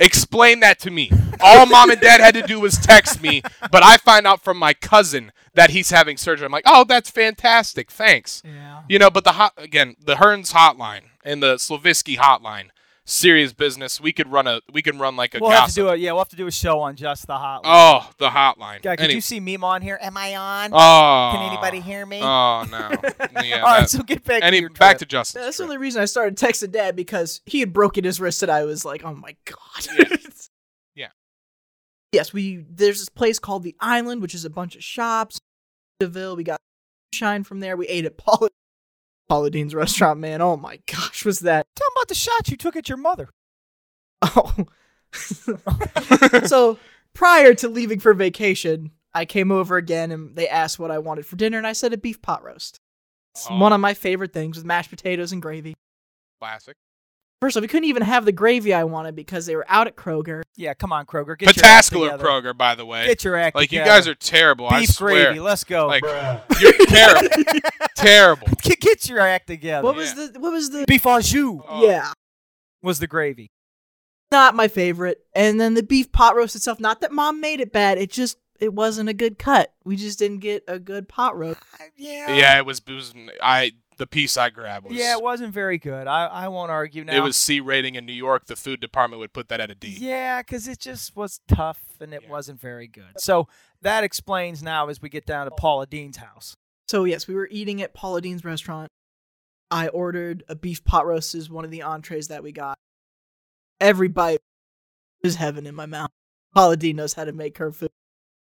[SPEAKER 2] Explain that to me. All mom and dad had to do was text me, but I find out from my cousin that he's having surgery. I'm like, "Oh, that's fantastic. Thanks."
[SPEAKER 1] Yeah.
[SPEAKER 2] You know, but the hot again, the Hearns hotline and the Slavisky hotline serious business. We could run a we can run like a
[SPEAKER 1] we'll have to
[SPEAKER 2] gossip.
[SPEAKER 1] do a yeah. We'll have to do a show on just the hotline.
[SPEAKER 2] Oh, the hotline.
[SPEAKER 1] God, could
[SPEAKER 2] Anyway.
[SPEAKER 1] you see Meme on here? Am I on?
[SPEAKER 2] Oh.
[SPEAKER 1] Can anybody hear me? Oh,
[SPEAKER 2] Oh no. Yeah.
[SPEAKER 1] All right,
[SPEAKER 2] that-
[SPEAKER 1] so get back
[SPEAKER 2] any
[SPEAKER 1] to your
[SPEAKER 2] back to
[SPEAKER 1] trip.
[SPEAKER 2] Justin.
[SPEAKER 3] That's the only reason I started texting dad because he had broken his wrist and I was like, oh my god.
[SPEAKER 2] Yeah. Yeah.
[SPEAKER 3] Yes, we there's this place called the Island, which is a bunch of shops. Deville, we got shine from there. We ate at Paula Paula Dean's restaurant, man. Oh my gosh, was that
[SPEAKER 1] Tell 'em about the shots you took at your mother.
[SPEAKER 3] oh so prior to leaving for vacation, I came over again and they asked what I wanted for dinner, and I said a beef pot roast. It's
[SPEAKER 2] Oh.
[SPEAKER 3] one of my favorite things with mashed potatoes and gravy.
[SPEAKER 2] classic.
[SPEAKER 3] First off, we couldn't even have the gravy I wanted because they were out at Kroger.
[SPEAKER 1] Yeah, come on, Kroger. Get your act
[SPEAKER 2] Pataskler
[SPEAKER 1] together.
[SPEAKER 2] Kroger, by the way.
[SPEAKER 1] Get your act
[SPEAKER 2] eh? like you
[SPEAKER 1] together.
[SPEAKER 2] guys are terrible. I
[SPEAKER 1] beef
[SPEAKER 2] swear.
[SPEAKER 1] gravy. Let's go.
[SPEAKER 2] like you're terrible. terrible.
[SPEAKER 1] Get, get your act together.
[SPEAKER 3] What was the what was the
[SPEAKER 1] beef au jus
[SPEAKER 2] Oh,
[SPEAKER 3] Yeah.
[SPEAKER 1] was the gravy.
[SPEAKER 3] Not my favorite. And then the beef pot roast itself, not that mom made it bad, it just it wasn't a good cut. We just didn't get a good pot roast.
[SPEAKER 1] Yeah.
[SPEAKER 2] Yeah, it was, it was I the piece I grabbed was
[SPEAKER 1] Yeah, it wasn't very good. I, I won't argue now.
[SPEAKER 2] it was C rating in New York. The food department would put that at a D.
[SPEAKER 1] Yeah, because it just was tough and it
[SPEAKER 2] Yeah.
[SPEAKER 1] wasn't very good. So that explains now as we get down to
[SPEAKER 3] Oh.
[SPEAKER 1] Paula Dean's house.
[SPEAKER 3] So yes, we were eating at Paula Dean's restaurant. I ordered a beef pot roast as one of the entrees that we got. Every bite is heaven in my mouth. Paula Dean knows how to make her food.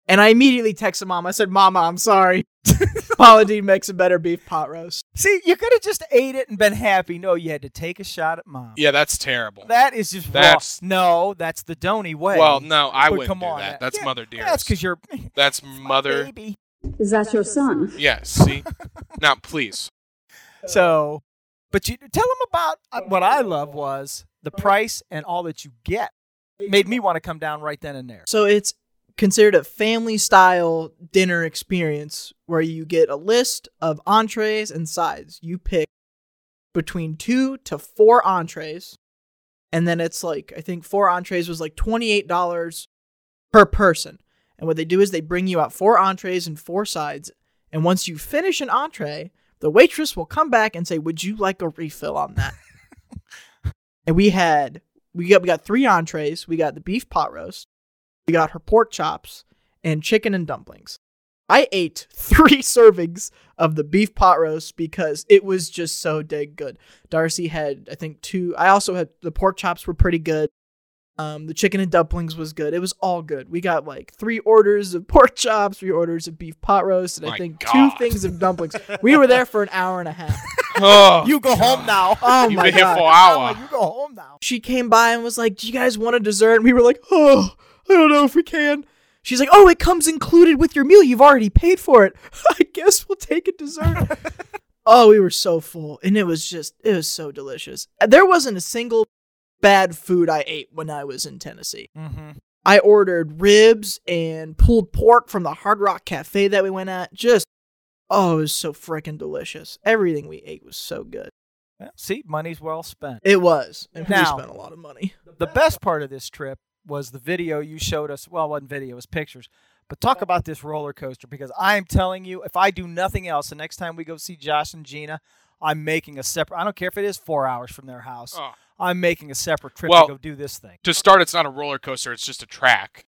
[SPEAKER 3] And I immediately texted mom. I said, Mama, I'm sorry. Paula Dean makes a better beef pot roast.
[SPEAKER 1] See, you could have just ate it and been happy. No, you had to take a shot at mom.
[SPEAKER 2] Yeah, that's terrible.
[SPEAKER 1] That is just
[SPEAKER 2] That's-
[SPEAKER 1] raw. No, that's the Donny way.
[SPEAKER 2] well, no, I
[SPEAKER 1] But
[SPEAKER 2] wouldn't
[SPEAKER 1] come
[SPEAKER 2] do
[SPEAKER 1] on,
[SPEAKER 2] that.
[SPEAKER 1] that-
[SPEAKER 2] That's
[SPEAKER 1] yeah,
[SPEAKER 2] mother dearest.
[SPEAKER 1] that's because you're
[SPEAKER 2] That's mother.
[SPEAKER 1] baby.
[SPEAKER 5] Is that your son?
[SPEAKER 2] Yeah. See, now please.
[SPEAKER 1] So, but you tell them about uh, what I love was the price and all that you get. Made me want to come down right then and there.
[SPEAKER 3] So it's considered a family style dinner experience where you get a list of entrees and sides. You pick between two to four entrees. And then it's like, I think four entrees was like $28 per person. And what they do is they bring you out four entrees and four sides. And once you finish an entree, the waitress will come back and say, Would you like a refill on that? and we had, we got, we got three entrees. We got the beef pot roast. We got her pork chops and chicken and dumplings. I ate three servings of the beef pot roast because it was just so dang good. Darcy had, I think, two. I also had the pork chops were pretty good. Um, the chicken and dumplings was good. It was all good. We got like three orders of pork chops, three orders of beef pot roast, and
[SPEAKER 2] My
[SPEAKER 3] I think
[SPEAKER 2] God.
[SPEAKER 3] two things of dumplings. We were there for an hour and a half.
[SPEAKER 2] Oh,
[SPEAKER 1] You go home now.
[SPEAKER 3] Oh
[SPEAKER 2] You've
[SPEAKER 3] my
[SPEAKER 2] been here
[SPEAKER 3] God.
[SPEAKER 2] for an hour.
[SPEAKER 1] you go home now.
[SPEAKER 3] She came by and was like, "Do you guys want a dessert?" And we were like, "Oh, I don't know if we can." She's like, "Oh, it comes included with your meal. You've already paid for it. I guess we'll take a dessert." oh, we were so full, and it was just it was so delicious. There wasn't a single bad food I ate when I was in Tennessee.
[SPEAKER 1] Mm-hmm.
[SPEAKER 3] I ordered ribs and pulled pork from the Hard Rock Cafe that we went at. Just oh, it was so freaking delicious. Everything we ate was so good.
[SPEAKER 1] Well, see, money's well spent.
[SPEAKER 3] It was, and
[SPEAKER 1] Now-
[SPEAKER 3] we spent a lot of money.
[SPEAKER 1] The best part of this trip was the video you showed us. Well, it wasn't video, it was pictures. But talk about this roller coaster because I am telling you, if I do nothing else, the next time we go see Josh and Gina, I'm making a separate. I don't care if it is four hours from their house.
[SPEAKER 2] Oh.
[SPEAKER 1] I'm making a separate trip
[SPEAKER 2] Well-
[SPEAKER 1] to go do this thing.
[SPEAKER 2] to start, it's not a roller coaster. It's just a track.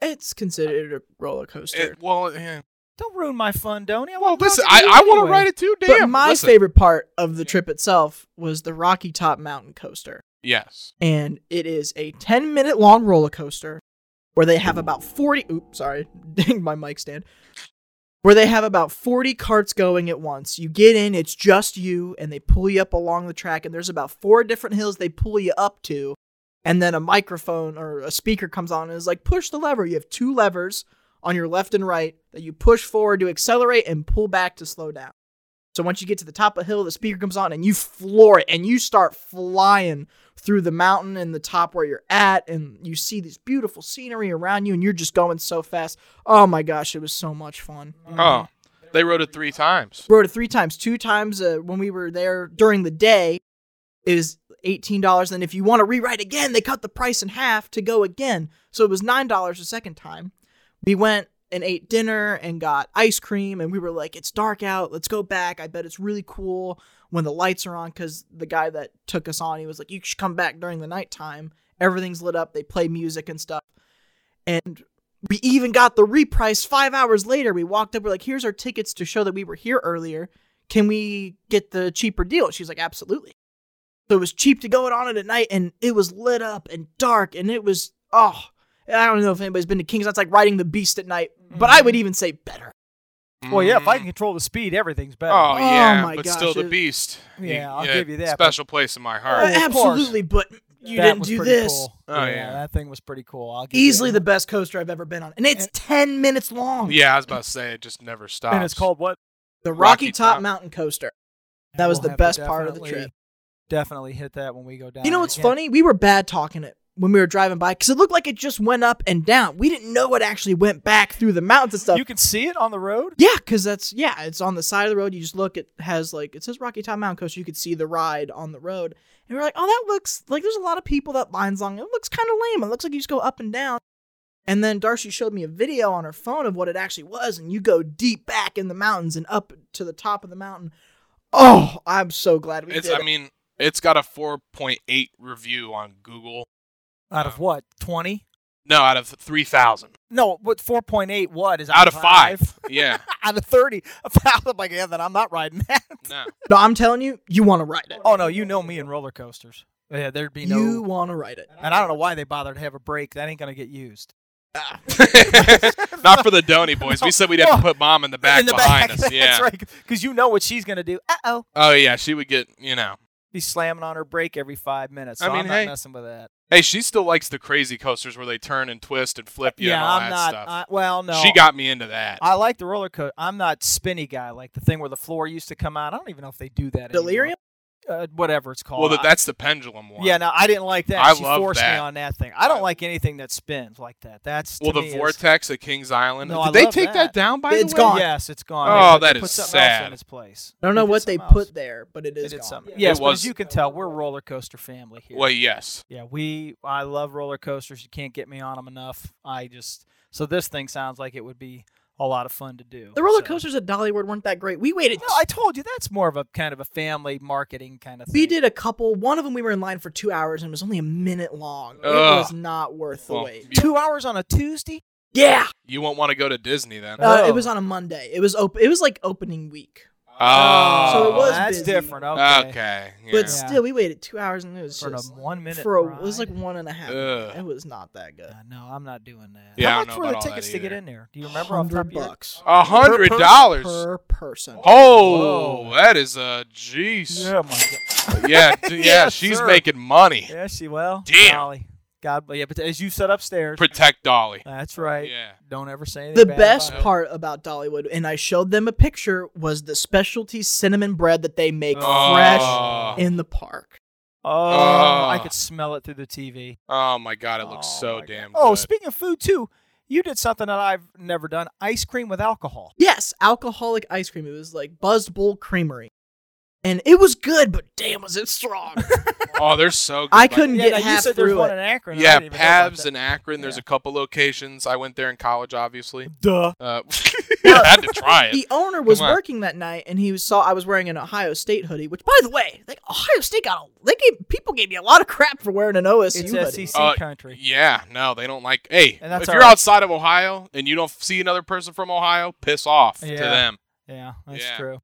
[SPEAKER 3] It's considered a roller coaster.
[SPEAKER 2] It- well, yeah.
[SPEAKER 1] Don't ruin my fun, Donny. I
[SPEAKER 2] well,
[SPEAKER 1] wasn't
[SPEAKER 2] listen. I,
[SPEAKER 1] talking to
[SPEAKER 2] I
[SPEAKER 1] you
[SPEAKER 2] want to
[SPEAKER 1] anyway.
[SPEAKER 2] write it too. Damn.
[SPEAKER 3] but my
[SPEAKER 2] listen.
[SPEAKER 3] favorite part of the trip itself was the Rocky Top Mountain Coaster.
[SPEAKER 2] Yes.
[SPEAKER 3] And it is a 10 minute long roller coaster where they have about 40. Oops, sorry. Ding my mic stand. Where they have about 40 carts going at once. You get in, it's just you, and they pull you up along the track. And there's about four different hills they pull you up to. And then a microphone or a speaker comes on and is like, push the lever. You have two levers on your left and right that you push forward to accelerate and pull back to slow down. So once you get to the top of the hill, the speaker comes on and you floor it and you start flying through the mountain and the top where you're at and you see this beautiful scenery around you and you're just going so fast. Oh my gosh, it was so much fun.
[SPEAKER 2] Oh,
[SPEAKER 1] Mm-hmm.
[SPEAKER 2] they wrote it three times.
[SPEAKER 3] Rode it three times, two times uh, when we were there during the day. It was eighteen dollars. Then if you want to rewrite again, they cut the price in half to go again. So it was nine dollars the second time. We went and ate dinner and got ice cream and we were like it's dark out let's go back i bet it's really cool when the lights are on because the guy that took us on he was like you should come back during the nighttime everything's lit up they play music and stuff and we even got the reprice five hours later we walked up we're like here's our tickets to show that we were here earlier can we get the cheaper deal she's like absolutely so it was cheap to go it on it at night and it was lit up and dark and it was oh I don't know if anybody's been to Kings. That's like riding the beast at night, but I would
[SPEAKER 1] Mm-hmm.
[SPEAKER 3] even say better.
[SPEAKER 1] Well, yeah, if I
[SPEAKER 2] Mm.
[SPEAKER 1] can control the speed, everything's better.
[SPEAKER 2] Oh,
[SPEAKER 3] Oh
[SPEAKER 2] yeah,
[SPEAKER 3] my
[SPEAKER 2] but
[SPEAKER 3] gosh,
[SPEAKER 2] still the
[SPEAKER 3] it-
[SPEAKER 2] beast. You-
[SPEAKER 1] Yeah, I'll give you that, but- Oh,
[SPEAKER 2] Special place in my
[SPEAKER 1] All
[SPEAKER 3] Uh,
[SPEAKER 2] heart.
[SPEAKER 1] right, of course.
[SPEAKER 3] absolutely, but you
[SPEAKER 1] That
[SPEAKER 3] didn't
[SPEAKER 1] was
[SPEAKER 3] do
[SPEAKER 1] pretty
[SPEAKER 3] this.
[SPEAKER 1] cool.
[SPEAKER 2] Oh,
[SPEAKER 1] yeah,
[SPEAKER 2] yeah.
[SPEAKER 1] that thing was pretty cool. I'll give you
[SPEAKER 3] Easily the
[SPEAKER 1] that.
[SPEAKER 3] best coaster I've ever been on, and it's ten minutes long.
[SPEAKER 2] Yeah, I was about to say it just never stops.
[SPEAKER 1] oh. And it's called what?
[SPEAKER 3] the Rocky,
[SPEAKER 2] Rocky
[SPEAKER 3] Top,
[SPEAKER 2] Top.
[SPEAKER 3] Mountain Coaster. That was
[SPEAKER 1] We'll
[SPEAKER 3] the
[SPEAKER 1] have to
[SPEAKER 3] best part of the
[SPEAKER 1] definitely-
[SPEAKER 3] trip.
[SPEAKER 1] Definitely hit that when we go down.
[SPEAKER 3] You know
[SPEAKER 1] there
[SPEAKER 3] what's
[SPEAKER 1] again.
[SPEAKER 3] funny? We were bad talking it when we were driving by because it looked like it just went up and down. We didn't know it actually went back through the mountains and stuff.
[SPEAKER 1] You can see it on the road.
[SPEAKER 3] Yeah, because that's yeah, it's on the side of the road. You just look, it has like it says Rocky Top Mountain Coaster. You could see the ride on the road, and we're like, oh, that looks like there's a lot of people that lines long. It looks kind of lame. It looks like you just go up and down. And then Darcy showed me a video on her phone of what it actually was, and you go deep back in the mountains and up to the top of the mountain. Oh, I'm so glad we
[SPEAKER 2] It's.
[SPEAKER 3] did.
[SPEAKER 2] I
[SPEAKER 3] it.
[SPEAKER 2] mean, it's got a 4.8 review on Google.
[SPEAKER 1] Out of what? Twenty?
[SPEAKER 2] No, out of 3,000.
[SPEAKER 1] No, what? Four point eight? What is
[SPEAKER 2] Out of five. Yeah.
[SPEAKER 1] out of thirty? A thousand? Like yeah, then I'm not riding that.
[SPEAKER 2] No.
[SPEAKER 3] no, I'm telling you, you want to ride it.
[SPEAKER 1] Oh no, you know me and roller coasters. Yeah, there'd be no.
[SPEAKER 3] you want to ride it.
[SPEAKER 1] and I don't know why they bothered to have a break. That ain't gonna get used.
[SPEAKER 3] Ah.
[SPEAKER 2] Not for the Donny boys. We said we'd have to put mom in the back
[SPEAKER 1] in the
[SPEAKER 2] behind
[SPEAKER 1] back,
[SPEAKER 2] us.
[SPEAKER 1] that's
[SPEAKER 2] Yeah.
[SPEAKER 1] right. Because you know what she's gonna do. Uh oh.
[SPEAKER 2] Oh yeah, she would get. You know.
[SPEAKER 1] Be slamming on her brake every five minutes. So
[SPEAKER 2] I mean,
[SPEAKER 1] am not
[SPEAKER 2] hey.
[SPEAKER 1] messing with that.
[SPEAKER 2] Hey, she still likes the crazy coasters where they turn and twist and flip you and all
[SPEAKER 1] I'm
[SPEAKER 2] that
[SPEAKER 1] not.
[SPEAKER 2] stuff.
[SPEAKER 1] I, well, no.
[SPEAKER 2] She got me into that.
[SPEAKER 1] I like the roller coaster. I'm not spinny guy like the thing where the floor used to come out. I don't even know if they do that. anymore.
[SPEAKER 3] Delirium.
[SPEAKER 1] uh, whatever it's called.
[SPEAKER 2] well, that,
[SPEAKER 1] I-
[SPEAKER 2] that's the pendulum one.
[SPEAKER 1] yeah, no, I didn't like that.
[SPEAKER 2] I
[SPEAKER 1] she
[SPEAKER 2] love
[SPEAKER 1] forced me
[SPEAKER 2] that.
[SPEAKER 1] on that thing. I don't
[SPEAKER 2] I-
[SPEAKER 1] like anything that spins like that. That's to
[SPEAKER 2] Well,
[SPEAKER 1] me
[SPEAKER 2] the
[SPEAKER 1] is-
[SPEAKER 2] vortex at Kings Island.
[SPEAKER 1] No, I
[SPEAKER 2] Did they
[SPEAKER 1] love
[SPEAKER 2] take
[SPEAKER 1] that.
[SPEAKER 2] that. down? By
[SPEAKER 3] It's
[SPEAKER 2] the way,
[SPEAKER 3] gone.
[SPEAKER 1] Yes, it's gone.
[SPEAKER 2] Oh,
[SPEAKER 1] They put-
[SPEAKER 2] that
[SPEAKER 1] they
[SPEAKER 2] is
[SPEAKER 1] put something else
[SPEAKER 2] sad.
[SPEAKER 1] in its place.
[SPEAKER 3] I don't know
[SPEAKER 1] did
[SPEAKER 3] what they
[SPEAKER 1] something else.
[SPEAKER 3] put there, but it
[SPEAKER 1] They
[SPEAKER 3] is
[SPEAKER 1] did
[SPEAKER 3] gone.
[SPEAKER 1] something.
[SPEAKER 2] It
[SPEAKER 1] Yes, but
[SPEAKER 2] was-
[SPEAKER 1] as you can tell, we're roller coaster family here.
[SPEAKER 2] Well, yes.
[SPEAKER 1] Yeah, we. I love roller coasters. You can't get me on them enough. I just. So this thing sounds like it would be a lot of fun to do.
[SPEAKER 3] The roller
[SPEAKER 1] so.
[SPEAKER 3] coasters at Dollywood weren't that great. We waited.
[SPEAKER 1] No, I told you that's more of a kind of a family marketing kind of thing.
[SPEAKER 3] we did a couple. One of them we were in line for two hours and it was only a minute long. It
[SPEAKER 2] Ugh.
[SPEAKER 3] was not worth the
[SPEAKER 2] Well,
[SPEAKER 3] wait.
[SPEAKER 2] you,
[SPEAKER 1] two hours on a Tuesday.
[SPEAKER 3] Yeah,
[SPEAKER 2] you won't want to go to Disney then.
[SPEAKER 3] uh,
[SPEAKER 1] Oh.
[SPEAKER 3] it was on a Monday. It was open. It was like opening week,
[SPEAKER 2] oh,
[SPEAKER 3] So it was
[SPEAKER 1] that's
[SPEAKER 3] busy.
[SPEAKER 1] different.
[SPEAKER 2] okay.
[SPEAKER 1] Okay,
[SPEAKER 2] yeah.
[SPEAKER 3] but
[SPEAKER 1] Yeah.
[SPEAKER 3] still we waited two hours and it was
[SPEAKER 1] for a
[SPEAKER 3] just
[SPEAKER 1] one minute
[SPEAKER 3] for a,
[SPEAKER 1] ride.
[SPEAKER 3] it was like one and a half.
[SPEAKER 2] Ugh.
[SPEAKER 3] It was not that good.
[SPEAKER 1] Uh, no, I'm not doing that.
[SPEAKER 2] Yeah, I
[SPEAKER 1] How
[SPEAKER 2] don't
[SPEAKER 1] much
[SPEAKER 2] know
[SPEAKER 1] were the
[SPEAKER 2] about all that
[SPEAKER 1] tickets to get
[SPEAKER 2] either.
[SPEAKER 1] in there? Do you remember off the top
[SPEAKER 3] Hundred
[SPEAKER 1] of your head?
[SPEAKER 3] bucks.
[SPEAKER 2] a hundred dollars.
[SPEAKER 3] per person.
[SPEAKER 2] Oh,
[SPEAKER 1] Whoa.
[SPEAKER 2] that is a jeez.
[SPEAKER 1] Yeah, my God.
[SPEAKER 2] yeah, d- yeah,
[SPEAKER 1] Yes,
[SPEAKER 2] she's
[SPEAKER 1] sir.
[SPEAKER 2] making money.
[SPEAKER 1] yeah, she well.
[SPEAKER 2] Damn.
[SPEAKER 1] Golly. God, but yeah, but as you said upstairs,
[SPEAKER 2] Protect Dolly.
[SPEAKER 1] that's right.
[SPEAKER 2] Yeah.
[SPEAKER 1] Don't ever say anything.
[SPEAKER 3] The
[SPEAKER 1] bad
[SPEAKER 3] best
[SPEAKER 1] about it.
[SPEAKER 3] part about Dollywood, and I showed them a picture, was the specialty cinnamon bread that they make
[SPEAKER 1] Oh.
[SPEAKER 2] Oh.
[SPEAKER 3] fresh in the park.
[SPEAKER 1] Oh, I
[SPEAKER 2] Oh.
[SPEAKER 1] could smell it through the TV.
[SPEAKER 2] Oh my god, it looks
[SPEAKER 1] Oh,
[SPEAKER 2] so
[SPEAKER 1] my God.
[SPEAKER 2] damn good.
[SPEAKER 1] Oh, speaking of food too, you did something that I've never done: ice cream with alcohol.
[SPEAKER 3] Yes, alcoholic ice cream. It was like Buzzed Bowl Creamery. And it was good, but damn, was it strong.
[SPEAKER 2] oh, they're so good.
[SPEAKER 3] I
[SPEAKER 2] Like,
[SPEAKER 3] couldn't
[SPEAKER 1] yeah,
[SPEAKER 3] get
[SPEAKER 1] now, you
[SPEAKER 3] half
[SPEAKER 1] said there's
[SPEAKER 3] through
[SPEAKER 1] one
[SPEAKER 3] it.
[SPEAKER 1] in Akron. and I
[SPEAKER 2] Yeah,
[SPEAKER 1] didn't even know about
[SPEAKER 2] Pavs
[SPEAKER 1] that.
[SPEAKER 2] and Akron. There's
[SPEAKER 1] Yeah.
[SPEAKER 2] a couple locations. I went there in college, obviously.
[SPEAKER 1] Duh.
[SPEAKER 2] Uh, I had to try it.
[SPEAKER 3] The owner was
[SPEAKER 2] Come on.
[SPEAKER 3] working that night, and he was, saw I was wearing an Ohio State hoodie. Which, by the way, like Ohio State got a, they gave people gave me a lot of crap for wearing an OSU
[SPEAKER 1] It's
[SPEAKER 3] hoodie.
[SPEAKER 1] SEC
[SPEAKER 2] Uh,
[SPEAKER 1] country.
[SPEAKER 2] Yeah, no, they don't like. Hey,
[SPEAKER 1] And that's
[SPEAKER 2] if
[SPEAKER 1] all
[SPEAKER 2] you're
[SPEAKER 1] right.
[SPEAKER 2] outside of Ohio and you don't see another person from Ohio, piss off to
[SPEAKER 1] Yeah.
[SPEAKER 2] them.
[SPEAKER 1] Yeah, that's
[SPEAKER 2] Yeah.
[SPEAKER 1] true.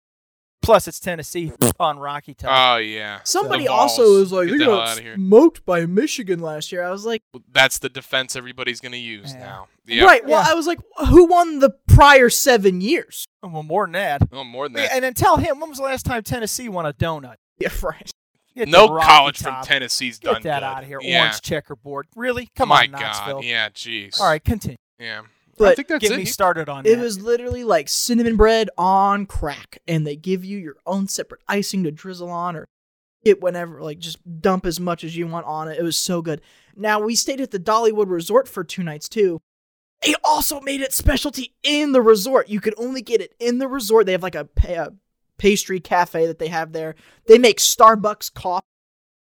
[SPEAKER 1] Plus, it's Tennessee on Rocky Top.
[SPEAKER 2] Oh yeah,
[SPEAKER 3] Somebody
[SPEAKER 2] The balls.
[SPEAKER 3] also was like,
[SPEAKER 2] Get
[SPEAKER 3] "They
[SPEAKER 2] the hell
[SPEAKER 3] got
[SPEAKER 2] outta here."
[SPEAKER 3] smoked by Michigan last year." I was like,
[SPEAKER 2] that's the defense everybody's gonna use
[SPEAKER 1] Yeah.
[SPEAKER 2] now. Yeah,
[SPEAKER 3] "Right." Well,
[SPEAKER 1] Yeah.
[SPEAKER 3] I was like, "Who won the prior seven years?"
[SPEAKER 1] Oh, well, more than that.
[SPEAKER 2] No more than
[SPEAKER 1] Yeah,
[SPEAKER 2] that.
[SPEAKER 1] and then tell him when was the last time Tennessee won a donut?
[SPEAKER 3] Yeah, right.
[SPEAKER 1] Get
[SPEAKER 2] no
[SPEAKER 1] the Rocky
[SPEAKER 2] college from
[SPEAKER 1] Top.
[SPEAKER 2] Tennessee's
[SPEAKER 1] Get
[SPEAKER 2] done
[SPEAKER 1] that
[SPEAKER 2] good.
[SPEAKER 1] out of here.
[SPEAKER 2] Yeah.
[SPEAKER 1] Orange checkerboard. Really? Come
[SPEAKER 2] My
[SPEAKER 1] on, Knoxville.
[SPEAKER 2] God. Yeah, jeez.
[SPEAKER 1] All right, continue.
[SPEAKER 2] Yeah. I
[SPEAKER 3] But
[SPEAKER 2] think that's
[SPEAKER 1] Get
[SPEAKER 2] it.
[SPEAKER 1] me started on
[SPEAKER 3] It
[SPEAKER 1] that.
[SPEAKER 3] was literally like cinnamon bread on crack, and they give you your own separate icing to drizzle on or get whenever, like just dump as much as you want on it. It was so good. Now, we stayed at the Dollywood Resort for two nights too. They also made it specialty in the resort. You could only get it in the resort. They have like a, pa- a pastry cafe that they have there. They make Starbucks coffee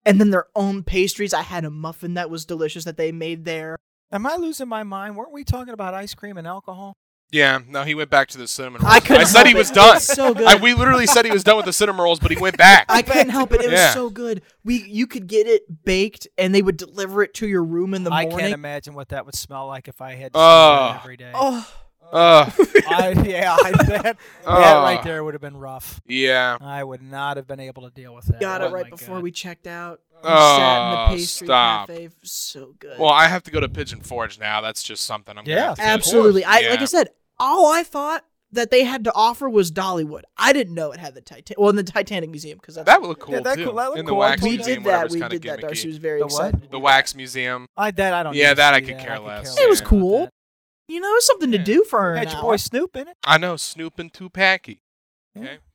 [SPEAKER 3] and then their own pastries. I had a muffin that was delicious that they made there.
[SPEAKER 1] Am I losing my mind? Weren't we talking about ice cream and alcohol?
[SPEAKER 2] Yeah, no, he went back to the cinnamon rolls.
[SPEAKER 3] I couldn't.
[SPEAKER 2] said he
[SPEAKER 3] help
[SPEAKER 2] was
[SPEAKER 3] it.
[SPEAKER 2] done.
[SPEAKER 3] It's so good.
[SPEAKER 2] I, we literally said he was done with the cinnamon rolls, but he went back.
[SPEAKER 3] I couldn't help it. It
[SPEAKER 2] Yeah.
[SPEAKER 3] was so good. We you could get it baked and they would deliver it to your room in the
[SPEAKER 1] I can't
[SPEAKER 3] morning.
[SPEAKER 1] imagine what that would smell like if I had to smell that
[SPEAKER 2] Oh.
[SPEAKER 1] every day.
[SPEAKER 3] Oh,
[SPEAKER 2] Ugh.
[SPEAKER 1] I, yeah, I, that, that
[SPEAKER 2] Oh.
[SPEAKER 1] right there would have been rough.
[SPEAKER 2] yeah.
[SPEAKER 1] I would not have been able to deal with that.
[SPEAKER 3] got
[SPEAKER 1] Oh
[SPEAKER 3] it right
[SPEAKER 1] my
[SPEAKER 3] before
[SPEAKER 1] God.
[SPEAKER 3] we checked out. We
[SPEAKER 2] Oh,
[SPEAKER 3] sat in the pastry
[SPEAKER 2] stop.
[SPEAKER 3] cafe. So good.
[SPEAKER 2] Well, I have to go to Pigeon Forge now. That's just something I'm. gonna
[SPEAKER 1] Yeah.
[SPEAKER 2] have to get.
[SPEAKER 3] Absolutely. I like
[SPEAKER 2] Yeah.
[SPEAKER 3] I said, all I thought that they had to offer was Dollywood. I didn't know it had the Titanic. Well, in the Titanic Museum because that's
[SPEAKER 2] That would look cool
[SPEAKER 1] Yeah, that
[SPEAKER 2] too.
[SPEAKER 1] could- that looked
[SPEAKER 2] in the
[SPEAKER 1] cool.
[SPEAKER 2] wax
[SPEAKER 3] we
[SPEAKER 2] museum,
[SPEAKER 3] did that.
[SPEAKER 2] whatever's
[SPEAKER 3] We
[SPEAKER 2] kinda
[SPEAKER 3] did that.
[SPEAKER 2] gimmicky.
[SPEAKER 3] Darcy was very
[SPEAKER 1] The what?
[SPEAKER 3] excited.
[SPEAKER 2] The wax museum.
[SPEAKER 1] I that I don't.
[SPEAKER 2] Yeah,
[SPEAKER 1] need to
[SPEAKER 2] that I
[SPEAKER 1] see
[SPEAKER 2] could care less.
[SPEAKER 1] care
[SPEAKER 3] It was
[SPEAKER 1] less about
[SPEAKER 3] cool.
[SPEAKER 1] that.
[SPEAKER 3] You know, something
[SPEAKER 2] Yeah.
[SPEAKER 3] to do for an
[SPEAKER 1] Had your
[SPEAKER 3] hour.
[SPEAKER 1] boy Snoop in it.
[SPEAKER 2] I know Snoop and Tupac. Okay.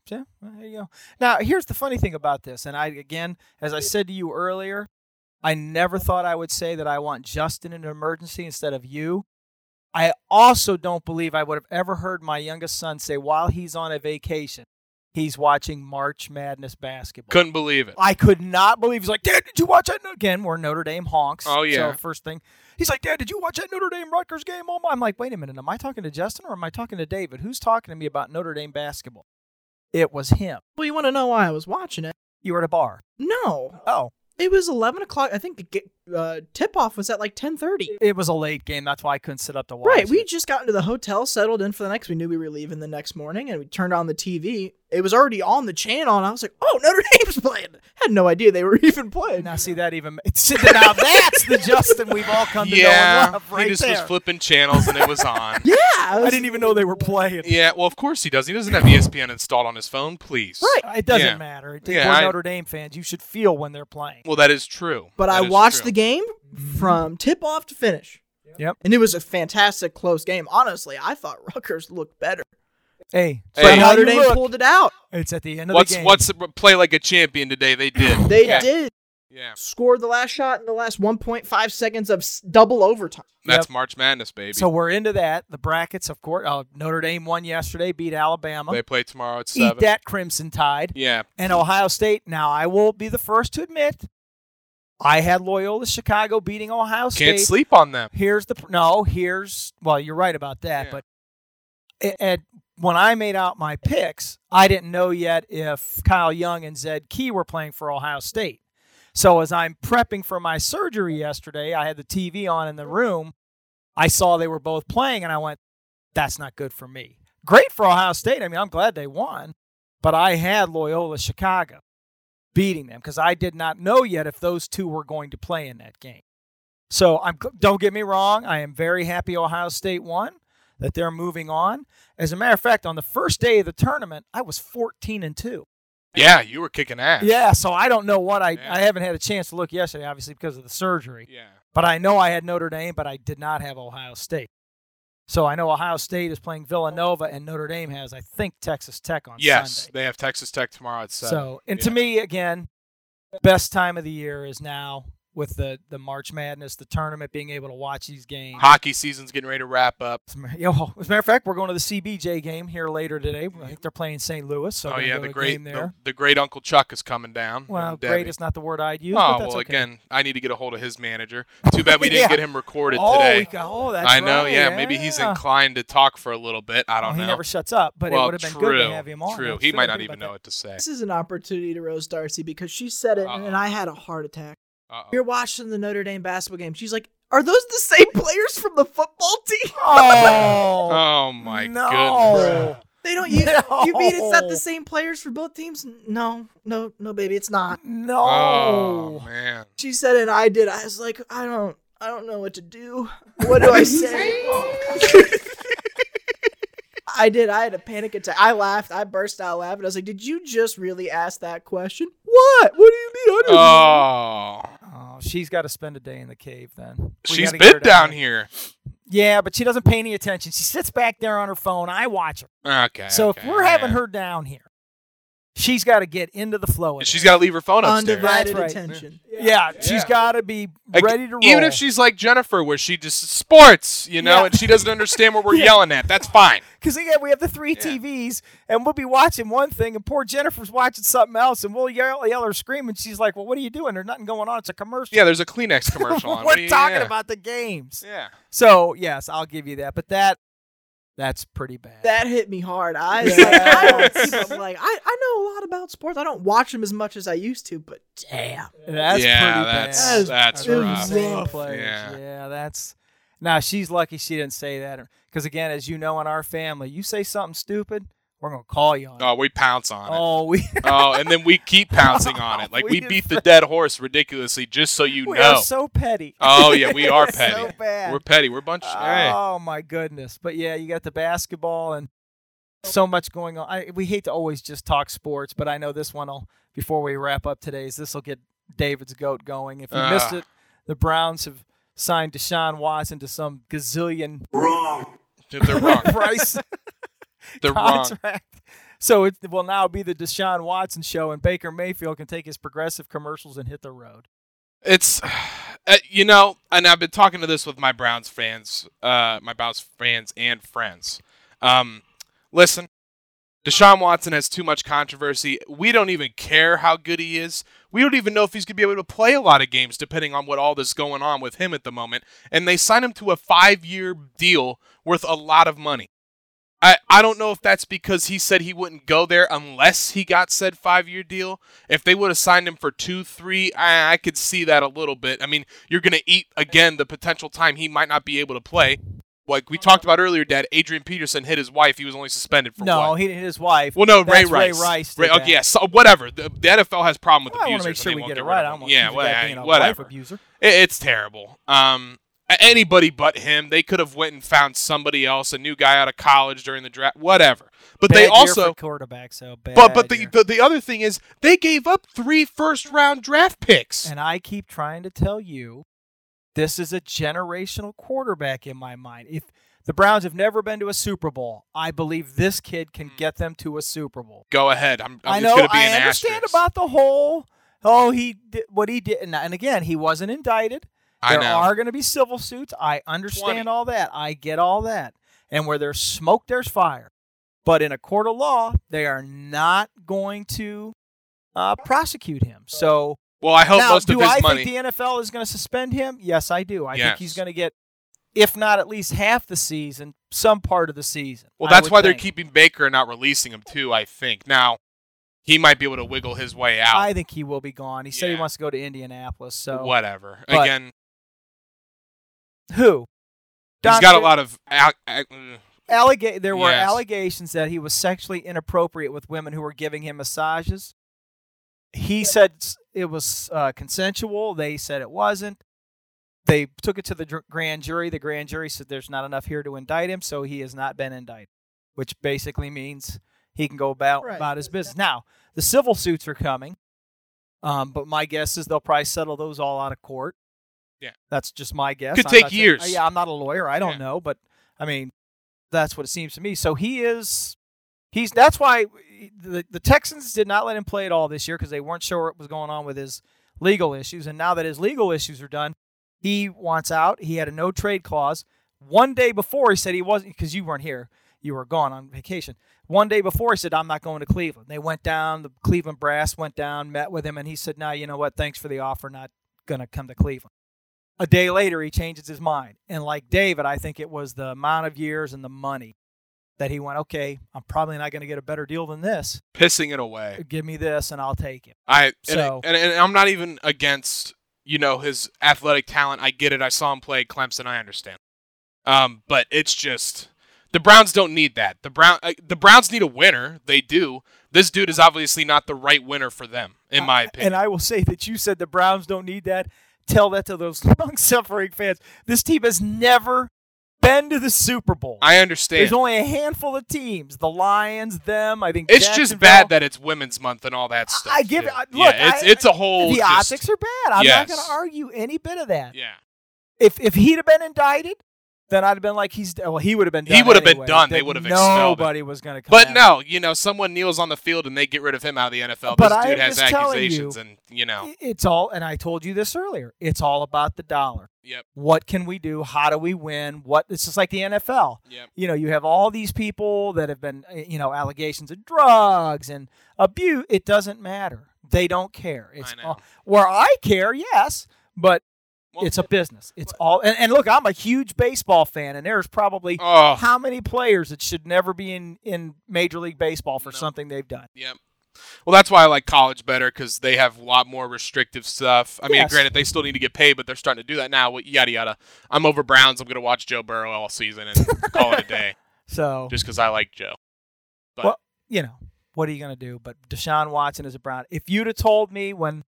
[SPEAKER 1] Yeah, well, there you go. Now, here's the funny thing about this, and I again, as I said to you earlier, I never thought I would say that I want Justin in an emergency instead of you. I also don't believe I would have ever heard my youngest son say while he's on a vacation, he's watching March Madness basketball.
[SPEAKER 2] Couldn't believe it.
[SPEAKER 1] I could not believe he's like, Dad, did you watch that? No-" Again, we're Notre Dame honks.
[SPEAKER 2] Oh, yeah.
[SPEAKER 1] So first thing, he's like, Dad, did you watch that Notre Dame Rutgers game? Oh my! I'm like, wait a minute, am I talking to Justin or am I talking to David? Who's talking to me about Notre Dame basketball? It was him.
[SPEAKER 3] Well, you want to know why I was watching it?
[SPEAKER 1] You were at a bar.
[SPEAKER 3] No,
[SPEAKER 1] Oh,
[SPEAKER 3] it was eleven o'clock. I think the ga- uh, tip off was at like ten thirty.
[SPEAKER 1] it was a late game. That's why I couldn't sit up to watch.
[SPEAKER 3] Right, we
[SPEAKER 1] it.
[SPEAKER 3] just got into the hotel, settled in for the next. We knew we were leaving the next morning, and we turned on the TV. It was already on the channel, and I was like, "Oh, Notre Dame's playing!" Had no idea they were even playing.
[SPEAKER 1] now see that even. See, now that's the Justin we've all come to know
[SPEAKER 2] yeah,
[SPEAKER 1] and love. Right
[SPEAKER 2] he just
[SPEAKER 1] there.
[SPEAKER 2] was flipping channels and it was on.
[SPEAKER 3] Yeah, I,
[SPEAKER 1] I
[SPEAKER 3] was-
[SPEAKER 1] didn't even know they were playing.
[SPEAKER 2] yeah, well, of course he does. He doesn't have E ESPN installed on his phone, please.
[SPEAKER 3] Right.
[SPEAKER 1] It doesn't
[SPEAKER 2] Yeah.
[SPEAKER 1] matter.
[SPEAKER 2] Yeah,
[SPEAKER 1] we're
[SPEAKER 2] I-
[SPEAKER 1] Notre Dame fans. You should feel when they're playing.
[SPEAKER 2] Well, that is true.
[SPEAKER 3] But I watched the game from tip off to finish.
[SPEAKER 1] Yep.
[SPEAKER 3] And it was a fantastic close game. Honestly, I thought Rutgers looked better.
[SPEAKER 1] Hey,
[SPEAKER 2] Hey.
[SPEAKER 1] so
[SPEAKER 3] But
[SPEAKER 2] Yeah,
[SPEAKER 1] how
[SPEAKER 3] Notre
[SPEAKER 1] you
[SPEAKER 3] Dame
[SPEAKER 1] look,
[SPEAKER 3] pulled it out.
[SPEAKER 1] It's at the end of
[SPEAKER 2] What's
[SPEAKER 1] the game.
[SPEAKER 2] what's the- play like a champion today? They did.
[SPEAKER 3] They
[SPEAKER 2] yeah.
[SPEAKER 3] did
[SPEAKER 2] Yeah,
[SPEAKER 3] score the last shot in the last 1.5 seconds of s- double overtime.
[SPEAKER 2] that's
[SPEAKER 1] Yep.
[SPEAKER 2] March Madness, baby.
[SPEAKER 1] So we're into that. The brackets, of course. Uh, Notre Dame won yesterday, beat Alabama.
[SPEAKER 2] they play tomorrow at seven.
[SPEAKER 1] Eat that Crimson Tide.
[SPEAKER 2] Yeah,
[SPEAKER 1] And Ohio State. Now, I won't be the first to admit I had Loyola Chicago beating Ohio State.
[SPEAKER 2] can't sleep on them.
[SPEAKER 1] Here's the pr- no. Here's well, you're right about that.
[SPEAKER 2] Yeah.
[SPEAKER 1] But a- and when I made out my picks, I didn't know yet if Kyle Young and Zed Key were playing for Ohio State. So as I'm prepping for my surgery yesterday, I had the TV on in the room. I saw they were both playing, and I went, "That's not good for me." Great for Ohio State. I mean, I'm glad they won, but I had Loyola Chicago beating them because I did not know yet if those two were going to play in that game. So I'm don't get me wrong, I am very happy Ohio State won, that they're moving on. As a matter of fact, on the first day of the tournament, I was 14 and 2.
[SPEAKER 2] Yeah, you were kicking ass.
[SPEAKER 1] Yeah, so I don't know what I
[SPEAKER 2] Yeah.
[SPEAKER 1] I haven't had a chance to look yesterday obviously because of the surgery,
[SPEAKER 2] Yeah.
[SPEAKER 1] but I know I had Notre Dame, but I did not have Ohio State. So I know Ohio State is playing Villanova and Notre Dame has I think Texas Tech on
[SPEAKER 2] Yes,
[SPEAKER 1] Sunday.
[SPEAKER 2] they have Texas Tech tomorrow at seven.
[SPEAKER 1] So, and
[SPEAKER 2] Yeah.
[SPEAKER 1] to me, again, best time of the year is now with the the March Madness, the tournament, being able to watch these games.
[SPEAKER 2] hockey season's getting ready to wrap up.
[SPEAKER 1] As a ma- yeah, well, as a matter of fact, we're going to the CBJ game here later today. I think they're playing St. Louis, so
[SPEAKER 2] oh
[SPEAKER 1] we're gonna
[SPEAKER 2] yeah,
[SPEAKER 1] go
[SPEAKER 2] the
[SPEAKER 1] to a
[SPEAKER 2] great
[SPEAKER 1] game there.
[SPEAKER 2] the, the great Uncle Chuck is coming down.
[SPEAKER 1] well,
[SPEAKER 2] And Debbie.
[SPEAKER 1] great is not the word I'd use.
[SPEAKER 2] Oh
[SPEAKER 1] but that's
[SPEAKER 2] well,
[SPEAKER 1] okay.
[SPEAKER 2] again, I need to get a hold of his manager. Too bad we didn't
[SPEAKER 1] Yeah.
[SPEAKER 2] get him recorded
[SPEAKER 1] oh, we
[SPEAKER 2] today.
[SPEAKER 1] got- oh, that's
[SPEAKER 2] I know.
[SPEAKER 1] right,
[SPEAKER 2] yeah, maybe he's
[SPEAKER 1] yeah.
[SPEAKER 2] inclined to talk for a little bit. I
[SPEAKER 1] Well,
[SPEAKER 2] don't
[SPEAKER 1] he
[SPEAKER 2] know.
[SPEAKER 1] never shuts up, but
[SPEAKER 2] well,
[SPEAKER 1] it would have been
[SPEAKER 2] true,
[SPEAKER 1] good to have him on.
[SPEAKER 2] True.
[SPEAKER 1] That's
[SPEAKER 2] he might
[SPEAKER 1] I
[SPEAKER 2] not
[SPEAKER 1] think
[SPEAKER 2] even
[SPEAKER 1] about
[SPEAKER 2] know what to say.
[SPEAKER 3] This is an opportunity to roast Darcy because she said it
[SPEAKER 2] Uh-oh.
[SPEAKER 3] and I had a heart attack.
[SPEAKER 2] Uh-oh.
[SPEAKER 3] You're watching the Notre Dame basketball game. She's like, "Are those the same players from the football team?
[SPEAKER 1] that. Oh,
[SPEAKER 2] Oh my goodness.
[SPEAKER 1] no.
[SPEAKER 3] They don't you,
[SPEAKER 1] No.
[SPEAKER 3] you mean it's not the same players for both teams? No, no, no, baby, it's not."
[SPEAKER 1] No.
[SPEAKER 2] Oh man.
[SPEAKER 3] She said it. I did. I was like, I don't, I don't know what to do. What do I say? I did. I had a panic attack. I laughed. I burst out laughing. I was like, Did you just really ask that question? What? What do you mean? I didn't.
[SPEAKER 2] Oh.
[SPEAKER 1] Oh, she's got to spend a day in the cave then. We
[SPEAKER 2] She's
[SPEAKER 1] gotta get
[SPEAKER 2] been
[SPEAKER 1] her down
[SPEAKER 2] down here.
[SPEAKER 1] Yeah, but she doesn't pay any attention. She sits back there on her phone. I watch her.
[SPEAKER 2] Okay.
[SPEAKER 1] So if
[SPEAKER 2] okay,
[SPEAKER 1] we're having
[SPEAKER 2] yeah.
[SPEAKER 1] her down here, she's got to get into the flow. Of
[SPEAKER 2] she's
[SPEAKER 1] it.
[SPEAKER 2] got to leave her phone upstairs.
[SPEAKER 3] Undivided
[SPEAKER 1] That's right.
[SPEAKER 3] attention.
[SPEAKER 1] yeah, she's
[SPEAKER 2] Yeah.
[SPEAKER 1] got to be
[SPEAKER 2] Like,
[SPEAKER 1] ready to roll.
[SPEAKER 2] Even if she's like Jennifer, where she just sports, you know,
[SPEAKER 1] Yeah.
[SPEAKER 2] and she doesn't understand what we're
[SPEAKER 1] Yeah.
[SPEAKER 2] yelling at. That's fine.
[SPEAKER 1] because again, we have the three TVs, and we'll be watching one thing, and poor Jennifer's watching something else, and we'll yell, yell or scream, and she's like, "Well, what are you doing? There's nothing going on. It's a commercial.
[SPEAKER 2] Yeah, there's a Kleenex commercial on.
[SPEAKER 1] we're
[SPEAKER 2] What are you-
[SPEAKER 1] talking
[SPEAKER 2] yeah.
[SPEAKER 1] about the games."
[SPEAKER 2] Yeah.
[SPEAKER 1] So yes, I'll give you that. But that That's pretty bad.
[SPEAKER 3] That hit me hard. I,
[SPEAKER 1] Yeah.
[SPEAKER 3] like, I don't keep up- like I, I know a lot about sports. I don't watch them as much as I used to, but damn.
[SPEAKER 1] That's
[SPEAKER 2] Yeah,
[SPEAKER 1] pretty
[SPEAKER 2] that's-
[SPEAKER 1] bad.
[SPEAKER 2] that's
[SPEAKER 1] Those
[SPEAKER 3] rough.
[SPEAKER 1] insane
[SPEAKER 3] Rough.
[SPEAKER 1] players.
[SPEAKER 2] Yeah.
[SPEAKER 1] Yeah. that's. Now she's lucky she didn't say that because again, as you know, in our family, you say something stupid, we're gonna call you on it.
[SPEAKER 2] Oh, we pounce on it.
[SPEAKER 1] Oh, we
[SPEAKER 2] Oh, and then we keep pouncing on it. Like
[SPEAKER 1] We
[SPEAKER 2] we
[SPEAKER 1] did
[SPEAKER 2] beat the dead horse ridiculously, just so you
[SPEAKER 1] we
[SPEAKER 2] know.
[SPEAKER 1] are so petty.
[SPEAKER 2] Oh yeah, we are petty.
[SPEAKER 1] so bad.
[SPEAKER 2] We're petty. We're a bunch. hey.
[SPEAKER 1] Oh my goodness! But yeah, you got the basketball and so much going on. I, we hate to always just talk sports, but I know this one will. Before we wrap up today's, this will get David's goat going. If you missed
[SPEAKER 2] Ah.
[SPEAKER 1] it, the Browns have signed Deshaun Watson to some gazillion
[SPEAKER 2] They're wrong.
[SPEAKER 1] price
[SPEAKER 2] They're wrong.
[SPEAKER 1] contract. So it will now be the Deshaun Watson show, and Baker Mayfield can take his progressive commercials and hit the road.
[SPEAKER 2] It's, uh, you know, and I've been talking to this with my Browns fans, uh, my Browns fans and friends. Um, listen, Deshaun Watson has too much controversy. We don't even care how good he is. We don't even know if he's going to be able to play a lot of games, depending on what all this going on with him at the moment. And they sign him to a five-year deal worth a lot of money. I, I don't know if that's because he said he wouldn't go there unless he got said five year deal. If they would have signed him for two, three, I, I could see that a little bit. I mean, you're going to eat again the potential time he might not be able to play. Like we talked about earlier, Dad, Adrian Peterson hit his wife. He was only suspended for
[SPEAKER 1] no,
[SPEAKER 2] what?
[SPEAKER 1] he didn't hit his wife.
[SPEAKER 2] Well, no, Ray
[SPEAKER 1] That's
[SPEAKER 2] Rice.
[SPEAKER 1] Ray Rice. did
[SPEAKER 2] Ray, okay,
[SPEAKER 1] that.
[SPEAKER 2] yeah, so, whatever. The, the NFL has problem with
[SPEAKER 1] I want
[SPEAKER 2] abusers.
[SPEAKER 1] to make
[SPEAKER 2] and
[SPEAKER 1] sure
[SPEAKER 2] they
[SPEAKER 1] we
[SPEAKER 2] won't
[SPEAKER 1] get it
[SPEAKER 2] rid of
[SPEAKER 1] right. I
[SPEAKER 2] them.
[SPEAKER 1] don't want
[SPEAKER 2] yeah,
[SPEAKER 1] to keep you back being
[SPEAKER 2] wha-
[SPEAKER 1] a wife
[SPEAKER 2] whatever.
[SPEAKER 1] abuser.
[SPEAKER 2] It- It's terrible. Um, a- anybody but him. They could have went and found somebody else, a new guy out of college during the draft, whatever. But
[SPEAKER 1] Bad
[SPEAKER 2] they
[SPEAKER 1] year
[SPEAKER 2] also,
[SPEAKER 1] for quarterback. So bad
[SPEAKER 2] but but the,
[SPEAKER 1] year.
[SPEAKER 2] the the other thing is they gave up three first round draft picks.
[SPEAKER 1] and I keep trying to tell you, this is a generational quarterback in my mind. If the Browns have never been to a Super Bowl, I believe this kid can get them to a Super Bowl.
[SPEAKER 2] Go ahead. I'm, Hmm. I'm
[SPEAKER 1] I
[SPEAKER 2] it's
[SPEAKER 1] know.
[SPEAKER 2] gonna be
[SPEAKER 1] I
[SPEAKER 2] an
[SPEAKER 1] understand
[SPEAKER 2] asterisk.
[SPEAKER 1] about the whole. Oh, he did what he did, and, and again, he wasn't indicted.
[SPEAKER 2] I
[SPEAKER 1] There
[SPEAKER 2] know.
[SPEAKER 1] are going to be civil suits. I understand
[SPEAKER 2] 20.
[SPEAKER 1] all that. I get all that. And where there's smoke, there's fire. But in a court of law, they are not going to uh, prosecute him. So
[SPEAKER 2] well, I hope
[SPEAKER 1] now,
[SPEAKER 2] most
[SPEAKER 1] do
[SPEAKER 2] of his
[SPEAKER 1] I
[SPEAKER 2] money.
[SPEAKER 1] think the NFL is going to suspend him? Yes, I do. I
[SPEAKER 2] Yes.
[SPEAKER 1] think he's going to get, if not at least half the season, some part of the season.
[SPEAKER 2] well,
[SPEAKER 1] I
[SPEAKER 2] that's
[SPEAKER 1] would
[SPEAKER 2] why they're
[SPEAKER 1] think.
[SPEAKER 2] keeping Baker and not releasing him too. I think now he might be able to wiggle his way out.
[SPEAKER 1] I think he will be gone. He said he
[SPEAKER 2] Yeah.
[SPEAKER 1] wants to go to Indianapolis. So
[SPEAKER 2] whatever.
[SPEAKER 1] but-
[SPEAKER 2] Again,
[SPEAKER 1] Who?
[SPEAKER 2] he's got a lot of. al- al- mm.
[SPEAKER 1] Allega- there were
[SPEAKER 2] Yes.
[SPEAKER 1] allegations that he was sexually inappropriate with women who were giving him massages. He said s- it was uh, consensual. They said it wasn't. They took it to the dr- grand jury. The grand jury said there's not enough here to indict him, so he has not been indicted, which basically means he can go about
[SPEAKER 3] Right.
[SPEAKER 1] about his business. Now the civil suits are coming, um, but my guess is they'll probably settle those all out of court.
[SPEAKER 2] Yeah.
[SPEAKER 1] that's just my guess.
[SPEAKER 2] Could
[SPEAKER 1] I'm
[SPEAKER 2] take
[SPEAKER 1] not saying- uh,
[SPEAKER 2] years.
[SPEAKER 1] yeah, I'm not a lawyer. I don't
[SPEAKER 2] Yeah.
[SPEAKER 1] know, but I mean, that's what it seems to me. So he is, he's that's why the the Texans did not let him play at all this year because they weren't sure what was going on with his legal issues. And now that his legal issues are done, he wants out. He had a no trade clause. One day before, he said he wasn't because you weren't here. You were gone on vacation. One day before, he said, "I'm not going to Cleveland." They went down. The Cleveland brass went down, met with him, and he said, "No, you know what? Thanks for the offer. Not going to come to Cleveland." a day later he changes his mind and like david i think it was the amount of years and the money that he went okay i'm probably not going to get a better deal than this
[SPEAKER 2] pissing it away.
[SPEAKER 1] give me this and i'll take it
[SPEAKER 2] I and,
[SPEAKER 1] So-
[SPEAKER 2] and, and I'm not even against you know his athletic talent. I get it. I saw him play at Clemson. I understand. Um, but it's just the Browns don't need that. The Brown uh, the Browns need a winner. They do. This dude is obviously not the right winner for them, in my opinion.
[SPEAKER 1] and i will say that you said the browns don't need that tell that to those long suffering fans this team has never been to the super bowl
[SPEAKER 2] I, understand.
[SPEAKER 1] there's only a handful of teams the lions them i think
[SPEAKER 2] it's just bad that it's Women's Month and all that stuff.
[SPEAKER 1] I give
[SPEAKER 2] too.
[SPEAKER 1] it- I-
[SPEAKER 2] Yeah,
[SPEAKER 1] look,
[SPEAKER 2] it's
[SPEAKER 1] I-
[SPEAKER 2] it's a whole
[SPEAKER 1] the
[SPEAKER 2] just-
[SPEAKER 1] optics are bad i'm
[SPEAKER 2] Yes.
[SPEAKER 1] not going to argue any bit of that
[SPEAKER 2] Yeah.
[SPEAKER 1] if if he'd have been indicted, then I'd have been like he's well he would have been
[SPEAKER 2] He
[SPEAKER 1] done
[SPEAKER 2] would have been
[SPEAKER 1] anyway.
[SPEAKER 2] done. They
[SPEAKER 1] That
[SPEAKER 2] would have expelled him.
[SPEAKER 1] nobody was going to come.
[SPEAKER 2] But
[SPEAKER 1] after him.
[SPEAKER 2] no, you know, someone kneels on the field and they get rid of him out of the NFL.
[SPEAKER 1] But
[SPEAKER 2] this
[SPEAKER 1] I
[SPEAKER 2] dude
[SPEAKER 1] am
[SPEAKER 2] has
[SPEAKER 1] just telling you-
[SPEAKER 2] accusations, and you know,
[SPEAKER 1] I- it's all and I told you this earlier. It's all about the dollar.
[SPEAKER 2] Yep.
[SPEAKER 1] What can we do? How do we win? What it's just like the NFL.
[SPEAKER 2] Yep.
[SPEAKER 1] You know, you have all these people that have been uh, you know allegations of drugs and abuse. It doesn't matter. They don't care. It's
[SPEAKER 2] know.
[SPEAKER 1] all, where I care, yes, but
[SPEAKER 2] Well,
[SPEAKER 1] it's a business. It's all and, and look, I'm a huge baseball fan, and there's probably
[SPEAKER 2] oh,
[SPEAKER 1] how many players that should never be in in Major League Baseball for something they've done.
[SPEAKER 2] Yep. Well, that's why I like college better because they have a lot more restrictive stuff. I mean,
[SPEAKER 1] Yes.
[SPEAKER 2] granted, they still need to get paid, but they're starting to do that now. Yada yada. I'm over Browns. I'm gonna watch Joe Burrow all season and call it a day,
[SPEAKER 1] So
[SPEAKER 2] just because I like Joe. But
[SPEAKER 1] Well- you know, what are you going to do? But Deshaun Watson is a Brown. If you'd have told me when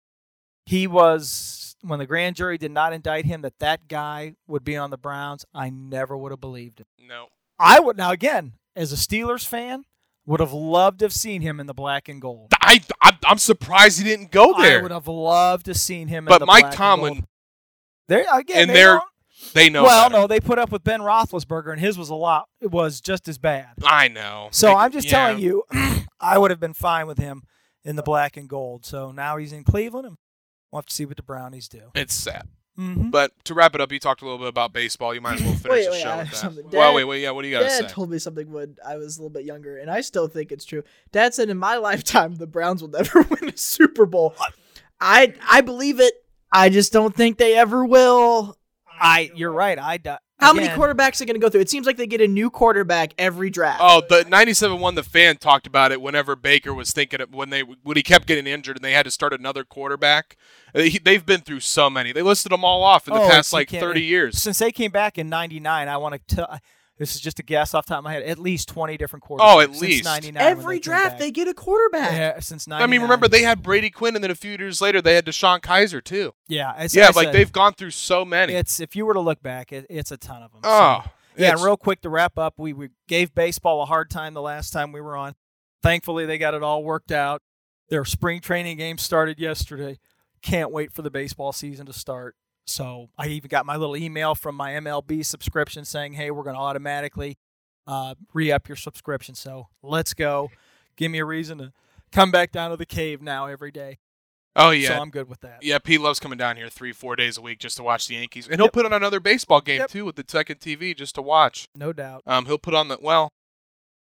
[SPEAKER 1] he was, when the grand jury did not indict him, that that guy would be on the Browns, I never would have believed it.
[SPEAKER 2] no,
[SPEAKER 1] I would, now again, as a Steelers fan, would have loved to have seen him in the black and gold.
[SPEAKER 2] I, I I'm surprised he didn't go
[SPEAKER 1] I would
[SPEAKER 2] there.
[SPEAKER 1] have loved to have seen him in
[SPEAKER 2] But
[SPEAKER 1] the
[SPEAKER 2] Mike
[SPEAKER 1] black and
[SPEAKER 2] Tomlin,
[SPEAKER 1] gold. There again,
[SPEAKER 2] and
[SPEAKER 1] they
[SPEAKER 2] they're-
[SPEAKER 1] don't-
[SPEAKER 2] They know.
[SPEAKER 1] well,
[SPEAKER 2] better.
[SPEAKER 1] no, they put up with Ben Roethlisberger, and his was a lot. It was just as bad.
[SPEAKER 2] I know.
[SPEAKER 1] So
[SPEAKER 2] They-
[SPEAKER 1] I'm just
[SPEAKER 2] yeah.
[SPEAKER 1] telling you, I would have been fine with him in the black and gold. So now he's in Cleveland, and we'll have to see what the Brownies do.
[SPEAKER 2] It's sad.
[SPEAKER 1] hmm
[SPEAKER 2] Mm-hmm. But to wrap it up, you talked a little bit about baseball. You might as well finish
[SPEAKER 3] Wait,
[SPEAKER 2] the
[SPEAKER 3] wait,
[SPEAKER 2] show
[SPEAKER 3] I
[SPEAKER 2] with
[SPEAKER 3] have
[SPEAKER 2] that.
[SPEAKER 3] something.
[SPEAKER 2] well,
[SPEAKER 3] Dad-
[SPEAKER 2] wait, wait, yeah. What do you got to
[SPEAKER 3] Dad
[SPEAKER 2] say?
[SPEAKER 3] told me something when I was a little bit younger, and I still think it's true. Dad said, "In my lifetime, the Browns will never win a Super Bowl." I I believe it. I just don't think they ever will.
[SPEAKER 1] I, you're right. I di-
[SPEAKER 3] How many
[SPEAKER 1] again,
[SPEAKER 3] quarterbacks are going to go through? It seems like they get a new quarterback every draft.
[SPEAKER 2] Oh, the '97 one. The fan talked about it whenever Baker was thinking of when they when he kept getting injured and they had to start another quarterback. They, they've been through so many. They listed them all off in the
[SPEAKER 1] Oh,
[SPEAKER 2] past
[SPEAKER 1] so you
[SPEAKER 2] like
[SPEAKER 1] can't-
[SPEAKER 2] 30 years.
[SPEAKER 1] Since they came back in '99, I want to tell. This is just a guess off the top of my head. At least 20 different quarterbacks.
[SPEAKER 2] Oh, at
[SPEAKER 1] since
[SPEAKER 2] least.
[SPEAKER 1] 99 when
[SPEAKER 3] every
[SPEAKER 1] they came
[SPEAKER 3] draft
[SPEAKER 1] back.
[SPEAKER 3] they get a quarterback.
[SPEAKER 1] yeah, since '99.
[SPEAKER 2] I mean, remember they had Brady Quinn, and then a few years later they had Deshaun Kaiser too.
[SPEAKER 1] Yeah, as
[SPEAKER 2] yeah,
[SPEAKER 1] I
[SPEAKER 2] like
[SPEAKER 1] said,
[SPEAKER 2] they've gone through so many.
[SPEAKER 1] It's if you were to look back, it, it's a ton of them.
[SPEAKER 2] oh,
[SPEAKER 1] Yeah, and
[SPEAKER 2] it's-
[SPEAKER 1] real quick to wrap up, we, we gave baseball a hard time the last time we were on. Thankfully, they got it all worked out. Their spring training game started yesterday. Can't wait for the baseball season to start. So I even got my little email from my MLB subscription saying, hey, we're going to automatically uh, re up your subscription. So let's go. Give me a reason to come back down to the cave now every day.
[SPEAKER 2] oh yeah.
[SPEAKER 1] So I'm good with that.
[SPEAKER 2] yeah, Pete loves coming down here three, four days a week just to watch the Yankees, and he'll put on another baseball game
[SPEAKER 1] Yep.
[SPEAKER 2] too with the second TV just to watch.
[SPEAKER 1] No doubt.
[SPEAKER 2] Um, he'll put on the well,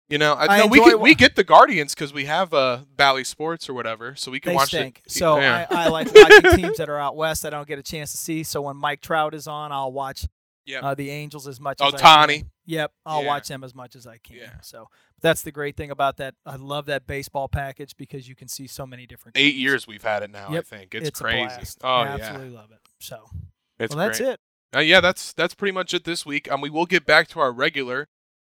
[SPEAKER 2] you know, I,
[SPEAKER 1] I
[SPEAKER 2] no, we
[SPEAKER 1] enjoy
[SPEAKER 2] get,
[SPEAKER 1] wa-
[SPEAKER 2] we get the Guardians because we have uh Bally Sports or whatever, so we can
[SPEAKER 1] They
[SPEAKER 2] watch
[SPEAKER 1] stink.
[SPEAKER 2] it.
[SPEAKER 1] So
[SPEAKER 2] yeah.
[SPEAKER 1] I, I like watching teams that are out west that I don't get a chance to see. So when Mike Trout is on, I'll watch
[SPEAKER 2] Yep.
[SPEAKER 1] uh, the Angels as much as I
[SPEAKER 2] Ohtani.
[SPEAKER 1] can. Yep, I'll
[SPEAKER 2] Yeah.
[SPEAKER 1] watch them as much as I can.
[SPEAKER 2] Yeah.
[SPEAKER 1] So that's the great thing about that. I love that baseball package because you can see so many different.
[SPEAKER 2] eight
[SPEAKER 1] teams.
[SPEAKER 2] years we've had it now.
[SPEAKER 1] Yep.
[SPEAKER 2] I think it's,
[SPEAKER 1] a
[SPEAKER 2] crazy.
[SPEAKER 1] blast.
[SPEAKER 2] Oh
[SPEAKER 1] I
[SPEAKER 2] yeah,
[SPEAKER 1] absolutely love it. So
[SPEAKER 2] it's
[SPEAKER 1] well, that's
[SPEAKER 2] great.
[SPEAKER 1] it.
[SPEAKER 2] Uh, yeah, that's that's pretty much it this week. Um, we will get back to our regular.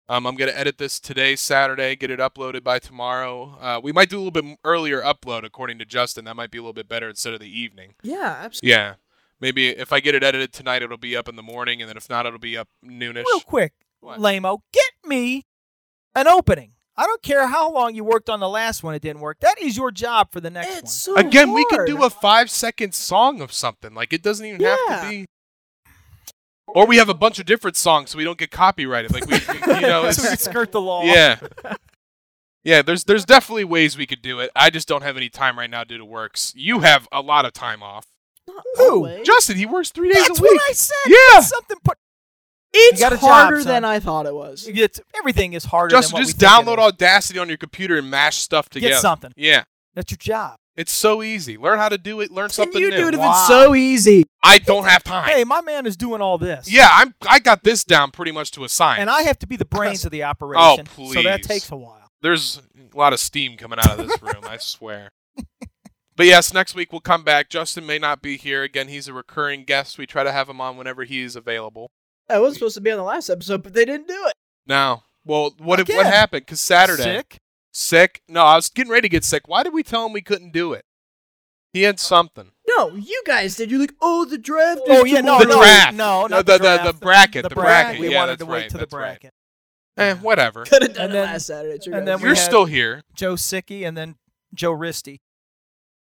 [SPEAKER 2] Um, I'm gonna edit this today, Saturday, get it uploaded by tomorrow. Uh, we might do a little bit m- earlier upload, according to Justin. That might be a little bit better instead of the evening.
[SPEAKER 3] Yeah, absolutely.
[SPEAKER 2] Yeah, maybe if I get it edited tonight, it'll be up in the morning, and then if not, it'll be up noonish.
[SPEAKER 1] Real quick,
[SPEAKER 2] What?
[SPEAKER 1] Lamo, get me an opening. I don't care how long you worked on the last one; it didn't work. That is your job for the next
[SPEAKER 3] It's
[SPEAKER 1] one.
[SPEAKER 3] so
[SPEAKER 2] Again, we could do
[SPEAKER 3] hard.
[SPEAKER 2] a five second song of something. Like it doesn't even have to
[SPEAKER 3] Yeah.
[SPEAKER 2] be. Or we have a bunch of different songs, so we don't get copyrighted. Like we, you know,
[SPEAKER 1] So we
[SPEAKER 2] it's,
[SPEAKER 1] skirt the law.
[SPEAKER 2] yeah, yeah. There's there's definitely ways we could do it. I just don't have any time right now due to works. You have a lot of time off.
[SPEAKER 3] Not
[SPEAKER 1] Who?
[SPEAKER 3] always.
[SPEAKER 2] Justin, he works three days
[SPEAKER 1] That's
[SPEAKER 2] a week.
[SPEAKER 1] what I said.
[SPEAKER 2] Yeah.
[SPEAKER 1] Something put
[SPEAKER 3] It's
[SPEAKER 1] You got a job,
[SPEAKER 3] harder
[SPEAKER 1] son.
[SPEAKER 3] than I thought it was.
[SPEAKER 1] it's, everything is harder.
[SPEAKER 2] Justin,
[SPEAKER 1] than what
[SPEAKER 2] just
[SPEAKER 1] we think it
[SPEAKER 2] download
[SPEAKER 1] is.
[SPEAKER 2] Audacity on your computer and mash stuff
[SPEAKER 1] Get
[SPEAKER 2] together.
[SPEAKER 1] something.
[SPEAKER 2] Yeah,
[SPEAKER 1] That's your job.
[SPEAKER 2] it's so easy. Learn how to do it. Learn
[SPEAKER 3] Can
[SPEAKER 2] something
[SPEAKER 3] you
[SPEAKER 2] new.
[SPEAKER 3] do it if
[SPEAKER 1] Wow.
[SPEAKER 3] it's so easy?
[SPEAKER 2] I don't have time.
[SPEAKER 1] Hey, my man is doing all this.
[SPEAKER 2] Yeah, I'm. I got this down pretty much to a science.
[SPEAKER 1] And I have to be the brains of the operation. So that
[SPEAKER 2] Oh, please.
[SPEAKER 1] takes a while.
[SPEAKER 2] There's a lot of steam coming out of this room, I swear. But yes, next week we'll come back. Justin may not be here again. He's a recurring guest. We try to have him on whenever he is available.
[SPEAKER 3] I was supposed to be on the last episode, but they didn't do it.
[SPEAKER 2] Now, well, what if, what
[SPEAKER 1] Again.
[SPEAKER 2] happened? Because Saturday,
[SPEAKER 1] Sick.
[SPEAKER 2] sick. No, I was getting ready to get sick. Why did we tell him we couldn't do it? He had something.
[SPEAKER 3] No, you guys did. You're like, oh, the draft. is
[SPEAKER 1] Oh yeah, no,
[SPEAKER 2] the
[SPEAKER 1] no,
[SPEAKER 2] draft.
[SPEAKER 1] no,
[SPEAKER 2] No,
[SPEAKER 1] not the,
[SPEAKER 2] the- the-
[SPEAKER 1] draft.
[SPEAKER 2] the bracket, the bracket.
[SPEAKER 1] We
[SPEAKER 2] Yeah,
[SPEAKER 1] wanted to
[SPEAKER 2] that's
[SPEAKER 1] wait
[SPEAKER 2] right,
[SPEAKER 1] to the
[SPEAKER 2] that's right.
[SPEAKER 1] bracket.
[SPEAKER 2] Eh, whatever.
[SPEAKER 3] Could have done
[SPEAKER 1] And
[SPEAKER 3] it
[SPEAKER 1] then-
[SPEAKER 3] last Saturday. It's your
[SPEAKER 1] and
[SPEAKER 3] guys'
[SPEAKER 1] then we
[SPEAKER 2] You're
[SPEAKER 1] had-
[SPEAKER 2] still here.
[SPEAKER 1] Joe Sicky and then Joe Risty.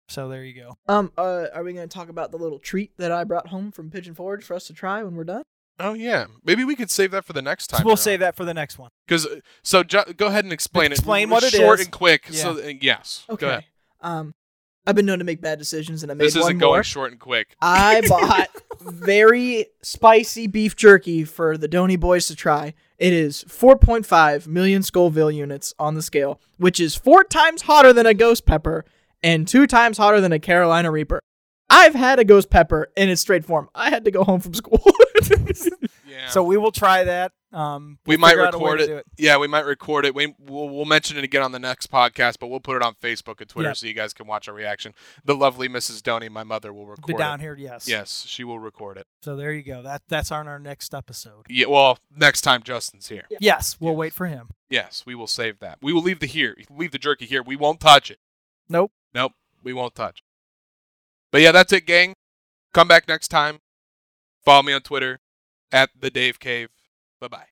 [SPEAKER 1] So there you go.
[SPEAKER 3] Um, uh, are we going to talk about the little treat that I brought home from Pigeon Forge for us to try when we're done?
[SPEAKER 2] Oh yeah, maybe we could save that for the next time.
[SPEAKER 1] So we'll
[SPEAKER 2] around.
[SPEAKER 1] save that for the next one.
[SPEAKER 2] Because so ju- go ahead and explain it.
[SPEAKER 1] Explain what it
[SPEAKER 2] short
[SPEAKER 1] is.
[SPEAKER 2] and quick.
[SPEAKER 1] Yeah.
[SPEAKER 2] So uh, yes, Go ahead.
[SPEAKER 3] Okay. Um, I've been known to make bad decisions, and I made
[SPEAKER 2] This
[SPEAKER 3] one
[SPEAKER 2] isn't
[SPEAKER 3] more.
[SPEAKER 2] going short and quick.
[SPEAKER 3] I bought very spicy beef jerky for the Donny boys to try. It is 4.5 million Scoville units on the scale, which is four times hotter than a ghost pepper and two times hotter than a Carolina Reaper. I've had a ghost pepper in its straight form. I had to go home from school.
[SPEAKER 2] Yeah.
[SPEAKER 1] So we will try that. Um,
[SPEAKER 2] we
[SPEAKER 1] we'll
[SPEAKER 2] might
[SPEAKER 1] figure out a way
[SPEAKER 2] record
[SPEAKER 1] to
[SPEAKER 2] it.
[SPEAKER 1] do it.
[SPEAKER 2] Yeah, we might record it. We, we'll, we'll mention it again on the next podcast, but we'll put it on Facebook and Twitter
[SPEAKER 1] Yep.
[SPEAKER 2] so you guys can watch our reaction. The lovely Mrs. Donny, my mother, will
[SPEAKER 1] Be
[SPEAKER 2] record
[SPEAKER 1] down
[SPEAKER 2] it.
[SPEAKER 1] here, yes.
[SPEAKER 2] Yes, she will record it.
[SPEAKER 1] So there you go. That that's on our next episode.
[SPEAKER 2] Yeah, well, next time Justin's here.
[SPEAKER 1] Yes, we'll
[SPEAKER 2] Yes.
[SPEAKER 1] wait for him.
[SPEAKER 2] Yes, we will save that. We will leave the here, leave the jerky here. We won't touch it.
[SPEAKER 1] Nope.
[SPEAKER 2] Nope, we won't touch. it. But yeah, that's it, gang. Come back next time. Follow me on Twitter at the Dave Cave. Bye bye.